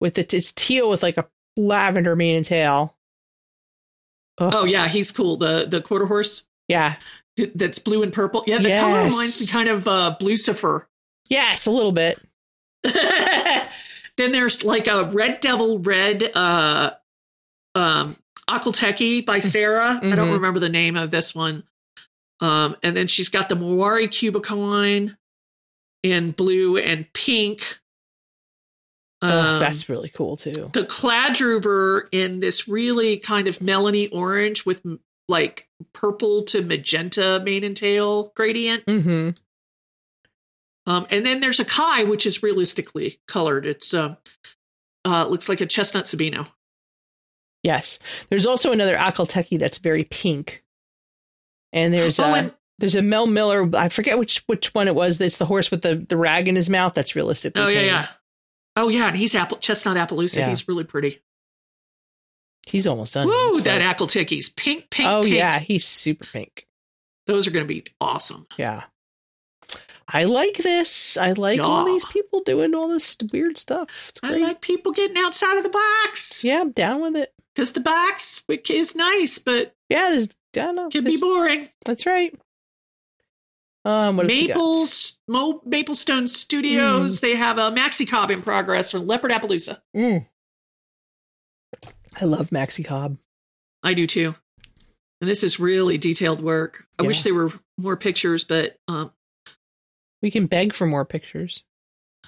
Speaker 2: With the it's teal with like a lavender mane and tail.
Speaker 3: Oh yeah, he's cool. The the quarter horse
Speaker 2: Yeah.
Speaker 3: th- that's blue and purple. Yeah, the color
Speaker 2: Yes.
Speaker 3: reminds me kind of uh Lucifer.
Speaker 2: Yes, a little bit.
Speaker 3: then there's like a Red Devil Red uh um Akelteki by Sarah. I don't
Speaker 2: Mhm.
Speaker 3: remember the name of this one. Um and then she's got the Mawari Cubicon in blue and pink.
Speaker 2: Oh,
Speaker 3: Um,
Speaker 2: that's really cool too.
Speaker 3: the Cladruber in this really kind of melony orange with m- like purple to magenta mane and tail gradient.
Speaker 2: Mm-hmm.
Speaker 3: Um, and then there's a Kai, which is realistically colored. It's um, uh, looks like a chestnut Sabino.
Speaker 2: Yes. There's also another Akalteki that's very pink. And there's
Speaker 3: Oh,
Speaker 2: a
Speaker 3: and-
Speaker 2: there's a Mel Miller. I forget which which one it was. That's the horse with the, the rag in his mouth. That's realistic.
Speaker 3: Oh yeah, yeah. Oh yeah, and he's apple chestnut Appaloosa.
Speaker 2: Yeah.
Speaker 3: He's really pretty.
Speaker 2: He's almost done.
Speaker 3: Woo,
Speaker 2: It's
Speaker 3: that
Speaker 2: like-
Speaker 3: ackle tickies, pink, pink,
Speaker 2: oh
Speaker 3: pink.
Speaker 2: yeah, he's super pink.
Speaker 3: Those are going to be awesome.
Speaker 2: Yeah. I like this. I like all
Speaker 3: Yeah.
Speaker 2: these people doing all this weird stuff. It's
Speaker 3: I
Speaker 2: great.
Speaker 3: like people getting outside of the box
Speaker 2: yeah, I'm down with it.
Speaker 3: because the box which is nice, but
Speaker 2: Yeah, there's, I don't know.
Speaker 3: can be
Speaker 2: There's-
Speaker 3: boring.
Speaker 2: That's right. Um, what else we got? Hmm.
Speaker 3: Maples, Mo, Maplestone Studios. They have a maxi cob in progress for Leopard Appaloosa.
Speaker 2: Mm. I love Maxi Cobb.
Speaker 3: I do too. And this is really detailed work. I wish
Speaker 2: Yeah.
Speaker 3: there were more pictures, but um,
Speaker 2: We can beg for more pictures.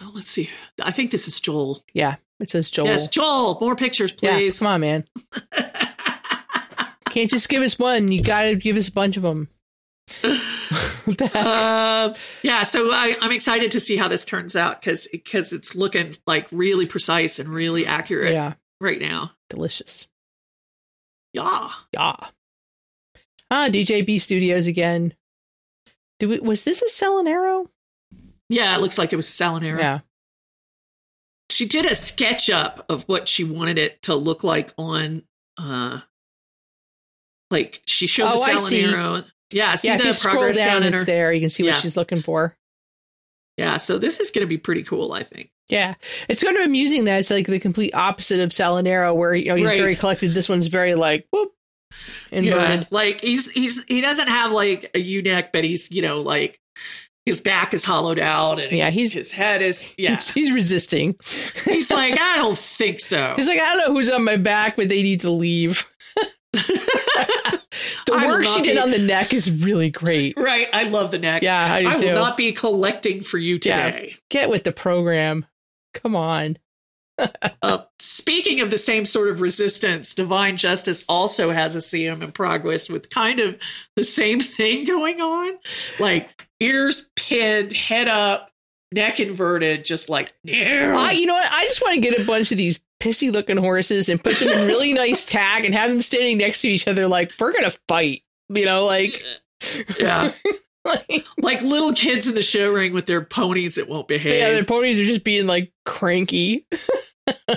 Speaker 3: oh, let's see. I think this is Joel.
Speaker 2: Yeah, it says Joel.
Speaker 3: Yes, Joel. More pictures,
Speaker 2: yeah,
Speaker 3: please.
Speaker 2: come on, man. Can't just give us one. You gotta give us a bunch of them.
Speaker 3: Uh, yeah, so I, I'm excited to see how this turns out because it's looking like really precise and really accurate
Speaker 2: yeah,
Speaker 3: right now.
Speaker 2: delicious.
Speaker 3: Yeah.
Speaker 2: Yeah. Ah, DJB Studios again. Do we, was this a Selenero?
Speaker 3: Yeah, it looks like it was Salinero.
Speaker 2: Yeah.
Speaker 3: she did a sketch up of what she wanted it to look like on uh like she showed the
Speaker 2: Oh, I see.
Speaker 3: Salinero. Yeah, see
Speaker 2: yeah, if you
Speaker 3: the
Speaker 2: scroll
Speaker 3: progress
Speaker 2: down,
Speaker 3: down, in
Speaker 2: it's
Speaker 3: her.
Speaker 2: there. You can see what
Speaker 3: Yeah.
Speaker 2: she's looking for.
Speaker 3: Yeah, so this is going to be pretty cool, I think.
Speaker 2: Yeah, it's kind of amusing that it's like the complete opposite of Salinero, where you know he's
Speaker 3: Right.
Speaker 2: very collected. This one's very like whoop inverted.
Speaker 3: Yeah, like he's he's he doesn't have like a U neck, but he's you know like his back is hollowed out, and
Speaker 2: Yeah,
Speaker 3: his,
Speaker 2: he's-
Speaker 3: his head is yeah.
Speaker 2: He's, he's resisting.
Speaker 3: he's like I don't think so.
Speaker 2: He's like, I don't know who's on my back, but they need to leave. the
Speaker 3: I
Speaker 2: work
Speaker 3: love
Speaker 2: she did
Speaker 3: it.
Speaker 2: on the neck is really great.
Speaker 3: Right, I love the neck.
Speaker 2: Yeah, I do
Speaker 3: I
Speaker 2: too.
Speaker 3: will not be collecting for you
Speaker 2: Yeah.
Speaker 3: today.
Speaker 2: Get with the program. Come on.
Speaker 3: Uh, speaking of the same sort of resistance, Divine Justice also has a CM in progress with kind of the same thing going on. Like ears pinned, head up, neck inverted, just like, no.
Speaker 2: I, you know what? I just want to get a bunch of these pissy looking horses and put them in really nice tag and have them standing next to each other like we're gonna fight. You know, like,
Speaker 3: yeah.
Speaker 2: like
Speaker 3: Like little kids in the show ring with their ponies that won't behave.
Speaker 2: yeah, the ponies are just being like cranky.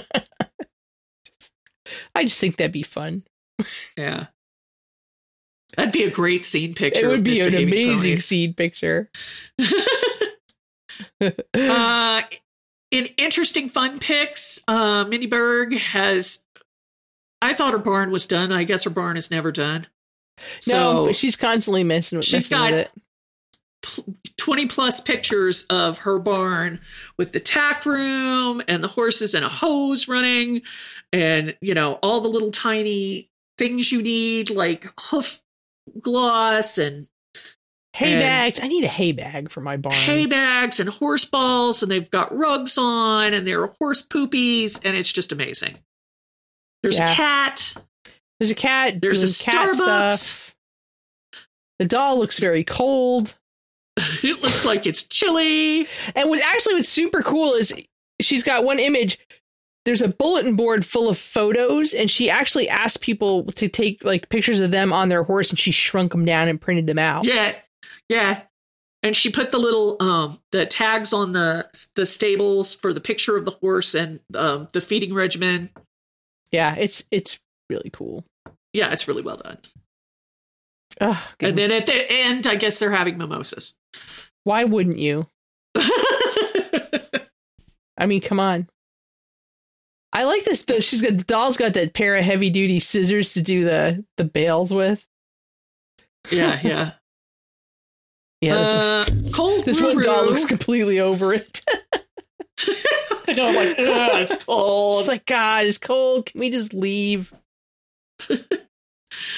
Speaker 2: I just think that'd be fun.
Speaker 3: Yeah. That'd be a great scene picture.
Speaker 2: it would
Speaker 3: of
Speaker 2: be an
Speaker 3: misbehaving
Speaker 2: amazing
Speaker 3: ponies.
Speaker 2: seed picture.
Speaker 3: uh, in interesting fun picks, uh, Minnie Berg has. I thought her barn was done. I guess her barn is never done.
Speaker 2: no,
Speaker 3: So
Speaker 2: but she's constantly messing with,
Speaker 3: She's
Speaker 2: messing with it.
Speaker 3: got- 20 plus pictures of her barn with the tack room and the horses and a hose running and, you know, all the little tiny things you need, like hoof gloss and
Speaker 2: Hay
Speaker 3: And-
Speaker 2: bags. I need a hay bag for my barn.
Speaker 3: hay bags and horse balls and they've got rugs on and there are horse poopies and it's just amazing. There's
Speaker 2: Yeah.
Speaker 3: a cat.
Speaker 2: There's a cat.
Speaker 3: There's a
Speaker 2: doing cat
Speaker 3: Starbucks.
Speaker 2: stuff. The doll looks very cold.
Speaker 3: It looks like it's chilly.
Speaker 2: And what actually what's super cool is she's got one image. There's a bulletin board full of photos, and she actually asked people to take like pictures of them on their horse, and she shrunk them down and printed them out.
Speaker 3: Yeah. Yeah. And she put the little um the tags on the the stables for the picture of the horse and um the feeding regimen.
Speaker 2: Yeah, it's it's really cool.
Speaker 3: Yeah, it's really well done.
Speaker 2: Ugh,
Speaker 3: And then at the end, I guess they're having mimosas.
Speaker 2: why wouldn't you? I mean, come on. I like this. Though. She's got the doll's got that pair of heavy duty scissors to do the the bales with.
Speaker 3: yeah, yeah.
Speaker 2: Yeah, they're just-
Speaker 3: Uh, cold.
Speaker 2: this one doll
Speaker 3: brew.
Speaker 2: looks completely over it.
Speaker 3: I know, I'm like, "Ugh, it's cold.
Speaker 2: It's like, God, it's cold. Can we just leave?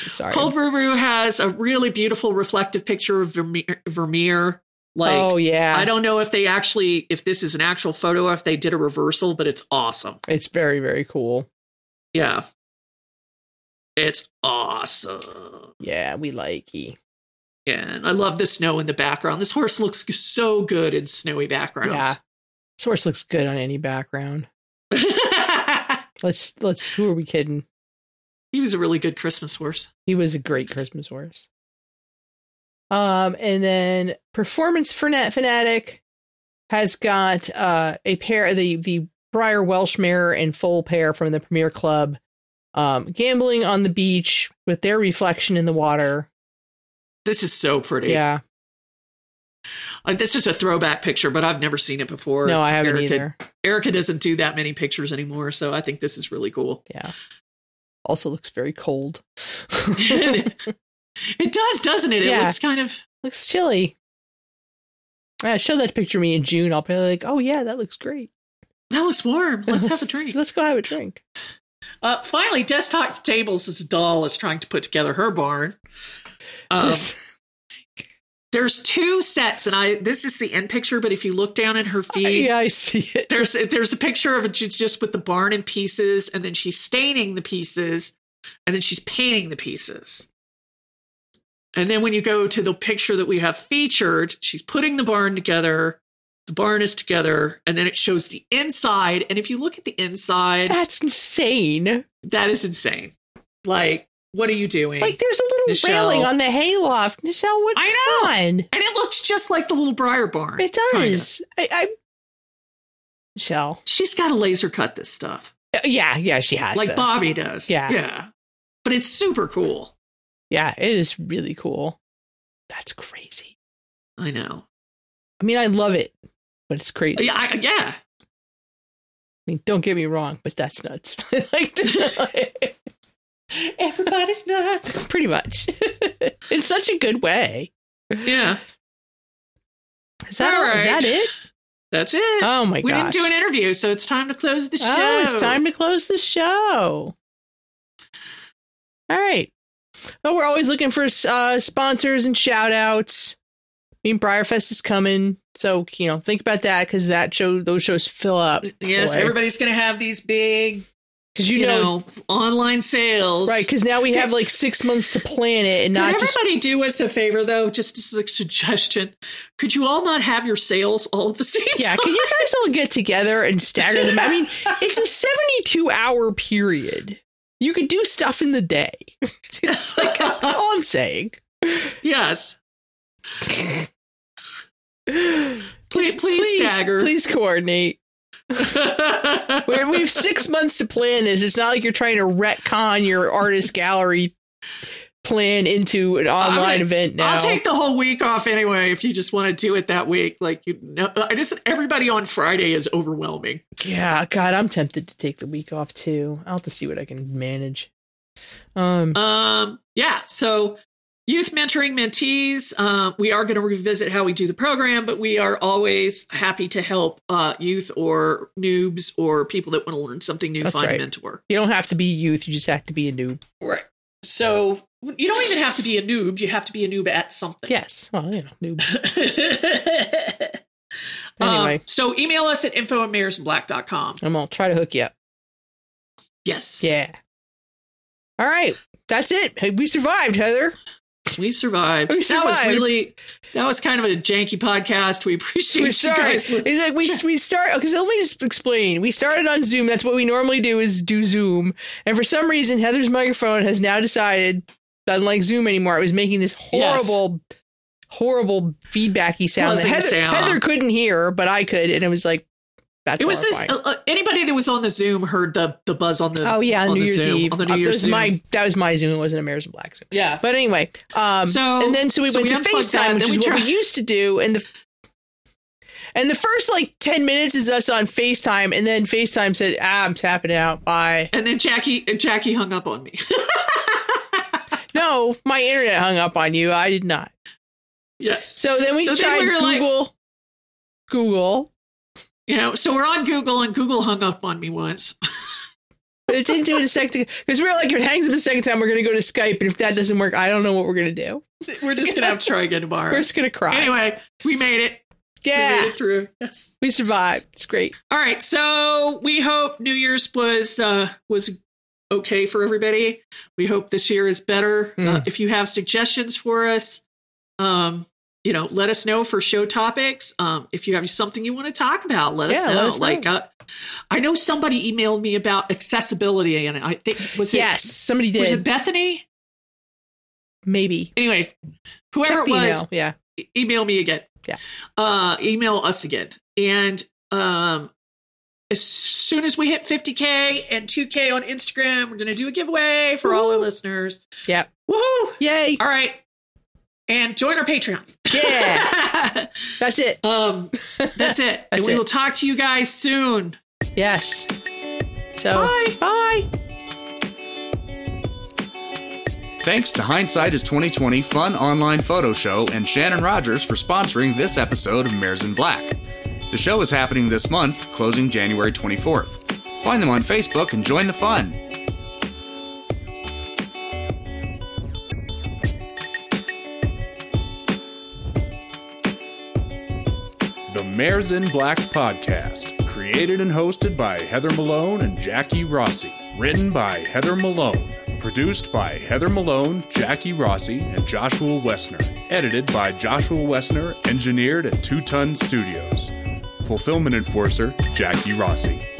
Speaker 2: Sorry.
Speaker 3: Cold Brew Brew has a really beautiful reflective picture of Vermeer. Vermeer. Like,
Speaker 2: oh yeah,
Speaker 3: I don't know if they actually, if this is an actual photo, or if they did a reversal, but it's awesome.
Speaker 2: It's very very cool.
Speaker 3: Yeah. It's awesome.
Speaker 2: Yeah, we like ye.
Speaker 3: Yeah, and I love the snow in the background. This horse looks so good in snowy backgrounds.
Speaker 2: Yeah, this horse looks good on any background. Let's let's. Who are we kidding?
Speaker 3: he was a really good Christmas horse.
Speaker 2: He was a great Christmas horse. Um, and then performance Fana- fanatic has got uh a pair of the the Briar Welsh mare and foal pair from the Premier Club, um, gambling on the beach with their reflection in the water.
Speaker 3: This is so pretty.
Speaker 2: Yeah,
Speaker 3: Uh, this is a throwback picture, but I've never seen it before.
Speaker 2: no, I haven't
Speaker 3: Erica,
Speaker 2: either.
Speaker 3: Erica doesn't do that many pictures anymore, so I think this is really cool.
Speaker 2: Yeah, also looks very cold.
Speaker 3: it does, doesn't it?
Speaker 2: Yeah.
Speaker 3: It looks kind of
Speaker 2: looks chilly. Uh, show that picture to me in June. I'll be like, oh yeah, that looks great.
Speaker 3: that looks warm. Let's have a drink.
Speaker 2: Let's go have a drink.
Speaker 3: Uh, finally, Desktop Tables' doll is trying to put together her barn. Um,
Speaker 2: This-
Speaker 3: there's two sets, and I this is the end picture. But if you look down at her feet,
Speaker 2: yeah, I see it.
Speaker 3: there's there's a picture of it ju- just with the barn in pieces, and then she's staining the pieces, and then she's painting the pieces. And then when you go to the picture that we have featured, she's putting the barn together. The barn is together, and then it shows the inside. And if you look at the inside,
Speaker 2: That's insane.
Speaker 3: that is insane. Like, what are you doing?
Speaker 2: Like, there's a little
Speaker 3: Nichelle.
Speaker 2: railing on the hayloft. Nichelle, what?
Speaker 3: I know.
Speaker 2: on?
Speaker 3: and it looks just like the little Briar barn.
Speaker 2: It
Speaker 3: kinda.
Speaker 2: does. I, I. Nichelle.
Speaker 3: She's got to laser cut this stuff.
Speaker 2: Uh, Yeah, yeah, she has.
Speaker 3: like
Speaker 2: to.
Speaker 3: Bobby does.
Speaker 2: Yeah.
Speaker 3: Yeah. But it's super cool.
Speaker 2: yeah, it is really cool. That's crazy.
Speaker 3: I know.
Speaker 2: I mean, I love it. but it's crazy.
Speaker 3: Yeah, I, yeah.
Speaker 2: I mean, don't get me wrong, but that's nuts. like,
Speaker 3: Everybody's nuts.
Speaker 2: pretty much, in such a good way.
Speaker 3: Yeah,
Speaker 2: Is that
Speaker 3: All
Speaker 2: all- is
Speaker 3: right.
Speaker 2: that it?
Speaker 3: that's it.
Speaker 2: Oh my
Speaker 3: we
Speaker 2: gosh!
Speaker 3: didn't do an interview, so it's time to close the show.
Speaker 2: Oh, it's time to close the show. All right. Well, we're always looking for uh, sponsors and shout outs. I mean, Briarfest is coming. So, you know, think about that because that show, those shows fill up.
Speaker 3: Yes, everybody's going to have these big,
Speaker 2: Because, you,
Speaker 3: you
Speaker 2: know,
Speaker 3: know, online sales.
Speaker 2: right. Because now we have like six months to plan it and
Speaker 3: Could
Speaker 2: not just.
Speaker 3: everybody do us a favor though? Just as a suggestion, could you all not have your sales all at the same
Speaker 2: Yeah,
Speaker 3: time?
Speaker 2: can you guys all get together and stagger them? I mean, it's a 72 hour period. You could do stuff in the day. It's just like,
Speaker 3: Uh,
Speaker 2: that's all I'm saying.
Speaker 3: yes. Please, please, stagger.
Speaker 2: Please coordinate. We're, we have six months to plan this. It's not like you're trying to retcon your artist gallery plan into an online
Speaker 3: gonna-
Speaker 2: event now.
Speaker 3: I'll take the whole week off anyway if you just want to do it that week. Like you know, I just everybody on Friday is overwhelming.
Speaker 2: yeah, God, I'm tempted to take the week off too. I'll have to see what I can manage. Um,
Speaker 3: Um, yeah. So youth mentoring mentees, um, we are going to revisit how we do the program, but we are always happy to help uh, youth or noobs or people that want to learn something new
Speaker 2: That's
Speaker 3: find
Speaker 2: right.
Speaker 3: a mentor.
Speaker 2: you don't have to be youth; you just have to be a noob.
Speaker 3: Right. So you don't even have to be a noob. You have to be a noob at something.
Speaker 2: Yes, well, you know, noob.
Speaker 3: Um,
Speaker 2: Anyway,
Speaker 3: so email us at info at mayorsandblack.com.
Speaker 2: I'm gonna try to hook you up.
Speaker 3: Yes.
Speaker 2: Yeah. All right, that's it. Hey, We survived, Heather.
Speaker 3: We survived.
Speaker 2: We
Speaker 3: That was
Speaker 2: survived.
Speaker 3: really, that was kind of a janky podcast. We appreciate
Speaker 2: We're
Speaker 3: you
Speaker 2: sorry.
Speaker 3: guys.
Speaker 2: It's like we we start because let me just explain. We started on Zoom. That's what we normally do is do Zoom, and for some reason Heather's microphone has now decided doesn't like Zoom anymore. It was making this
Speaker 3: Yes.
Speaker 2: horrible, horrible feedbacky sound that
Speaker 3: Buzzing
Speaker 2: Heather,
Speaker 3: sound.
Speaker 2: Heather couldn't hear, but I could, and it was like that's
Speaker 3: It was this.
Speaker 2: horrifying.
Speaker 3: Uh, uh, anybody that was on the Zoom heard the the buzz on the.
Speaker 2: oh yeah, on
Speaker 3: on
Speaker 2: New
Speaker 3: the
Speaker 2: Year's
Speaker 3: Zoom,
Speaker 2: Eve.
Speaker 3: On the New
Speaker 2: Uh,
Speaker 3: Year's
Speaker 2: this is
Speaker 3: Zoom.
Speaker 2: my that was my Zoom. It wasn't American Black Zoom.
Speaker 3: yeah.
Speaker 2: But anyway, um,
Speaker 3: So-
Speaker 2: and then so we
Speaker 3: so
Speaker 2: went
Speaker 3: we
Speaker 2: to
Speaker 3: unplugged that,
Speaker 2: FaceTime, which
Speaker 3: then
Speaker 2: is
Speaker 3: we
Speaker 2: what
Speaker 3: tried-
Speaker 2: we used to do, and the and the first like ten minutes is us on FaceTime, and then FaceTime said, "Ah, I'm tapping out. Bye."
Speaker 3: and then Jackie uh, Jackie hung up on me.
Speaker 2: No, my internet hung up on you. I did not.
Speaker 3: yes.
Speaker 2: So then we
Speaker 3: So then
Speaker 2: tried
Speaker 3: we were like-
Speaker 2: Google, Google.
Speaker 3: You know. So we're on Google, and Google hung up on me once.
Speaker 2: But it didn't do it a second because we were like, if it hangs up a second time, we're going to go to Skype, and if that doesn't work, I don't know what we're going to do.
Speaker 3: We're just gonna have to try again tomorrow.
Speaker 2: We're just going to cry.
Speaker 3: Anyway, we made it. We
Speaker 2: yeah,
Speaker 3: made it through. Yes.
Speaker 2: we survived. It's great.
Speaker 3: All right. So we hope New Year's was uh, was okay for everybody. We hope this year is better.
Speaker 2: Hmm.
Speaker 3: Uh, if you have suggestions for us, um, you know, let us know for show topics. Um, if you have something you want to talk about, let us
Speaker 2: Yeah,
Speaker 3: know.
Speaker 2: let us know.
Speaker 3: Like, uh, I know somebody emailed me about accessibility, and I think was it
Speaker 2: Yes, somebody
Speaker 3: was it
Speaker 2: did.
Speaker 3: Bethany?
Speaker 2: Maybe
Speaker 3: Anyway,
Speaker 2: check
Speaker 3: whoever
Speaker 2: the
Speaker 3: it was,
Speaker 2: email. Yeah.
Speaker 3: e- email me again.
Speaker 2: Yeah.
Speaker 3: Uh, email us again. And um, as soon as we hit 50K and 2K on Instagram, we're going to do a giveaway for all our listeners.
Speaker 2: Yep.
Speaker 3: Woohoo!
Speaker 2: Yay.
Speaker 3: All right. And join our Patreon.
Speaker 2: Yeah. That's it.
Speaker 3: um, that's it. and
Speaker 2: That's
Speaker 3: we
Speaker 2: it.
Speaker 3: will talk to you guys soon.
Speaker 2: Yes. So
Speaker 3: Bye.
Speaker 2: Bye.
Speaker 1: Thanks to Hindsight is 2020 Fun Online Photo Show and Shannon Rogers for sponsoring this episode of Mares in Black. The show is happening this month, closing January 24th. Find them on Facebook and join the fun. The Mares in Black podcast, created and hosted by Heather Malone and Jackie Rossi. Written by Heather Malone. Produced by Heather Malone, Jackie Rossi, and Joshua Wessner. Edited by Joshua Wessner, engineered at Two Ton Studios. Fulfillment Enforcer, Jackie Rossi.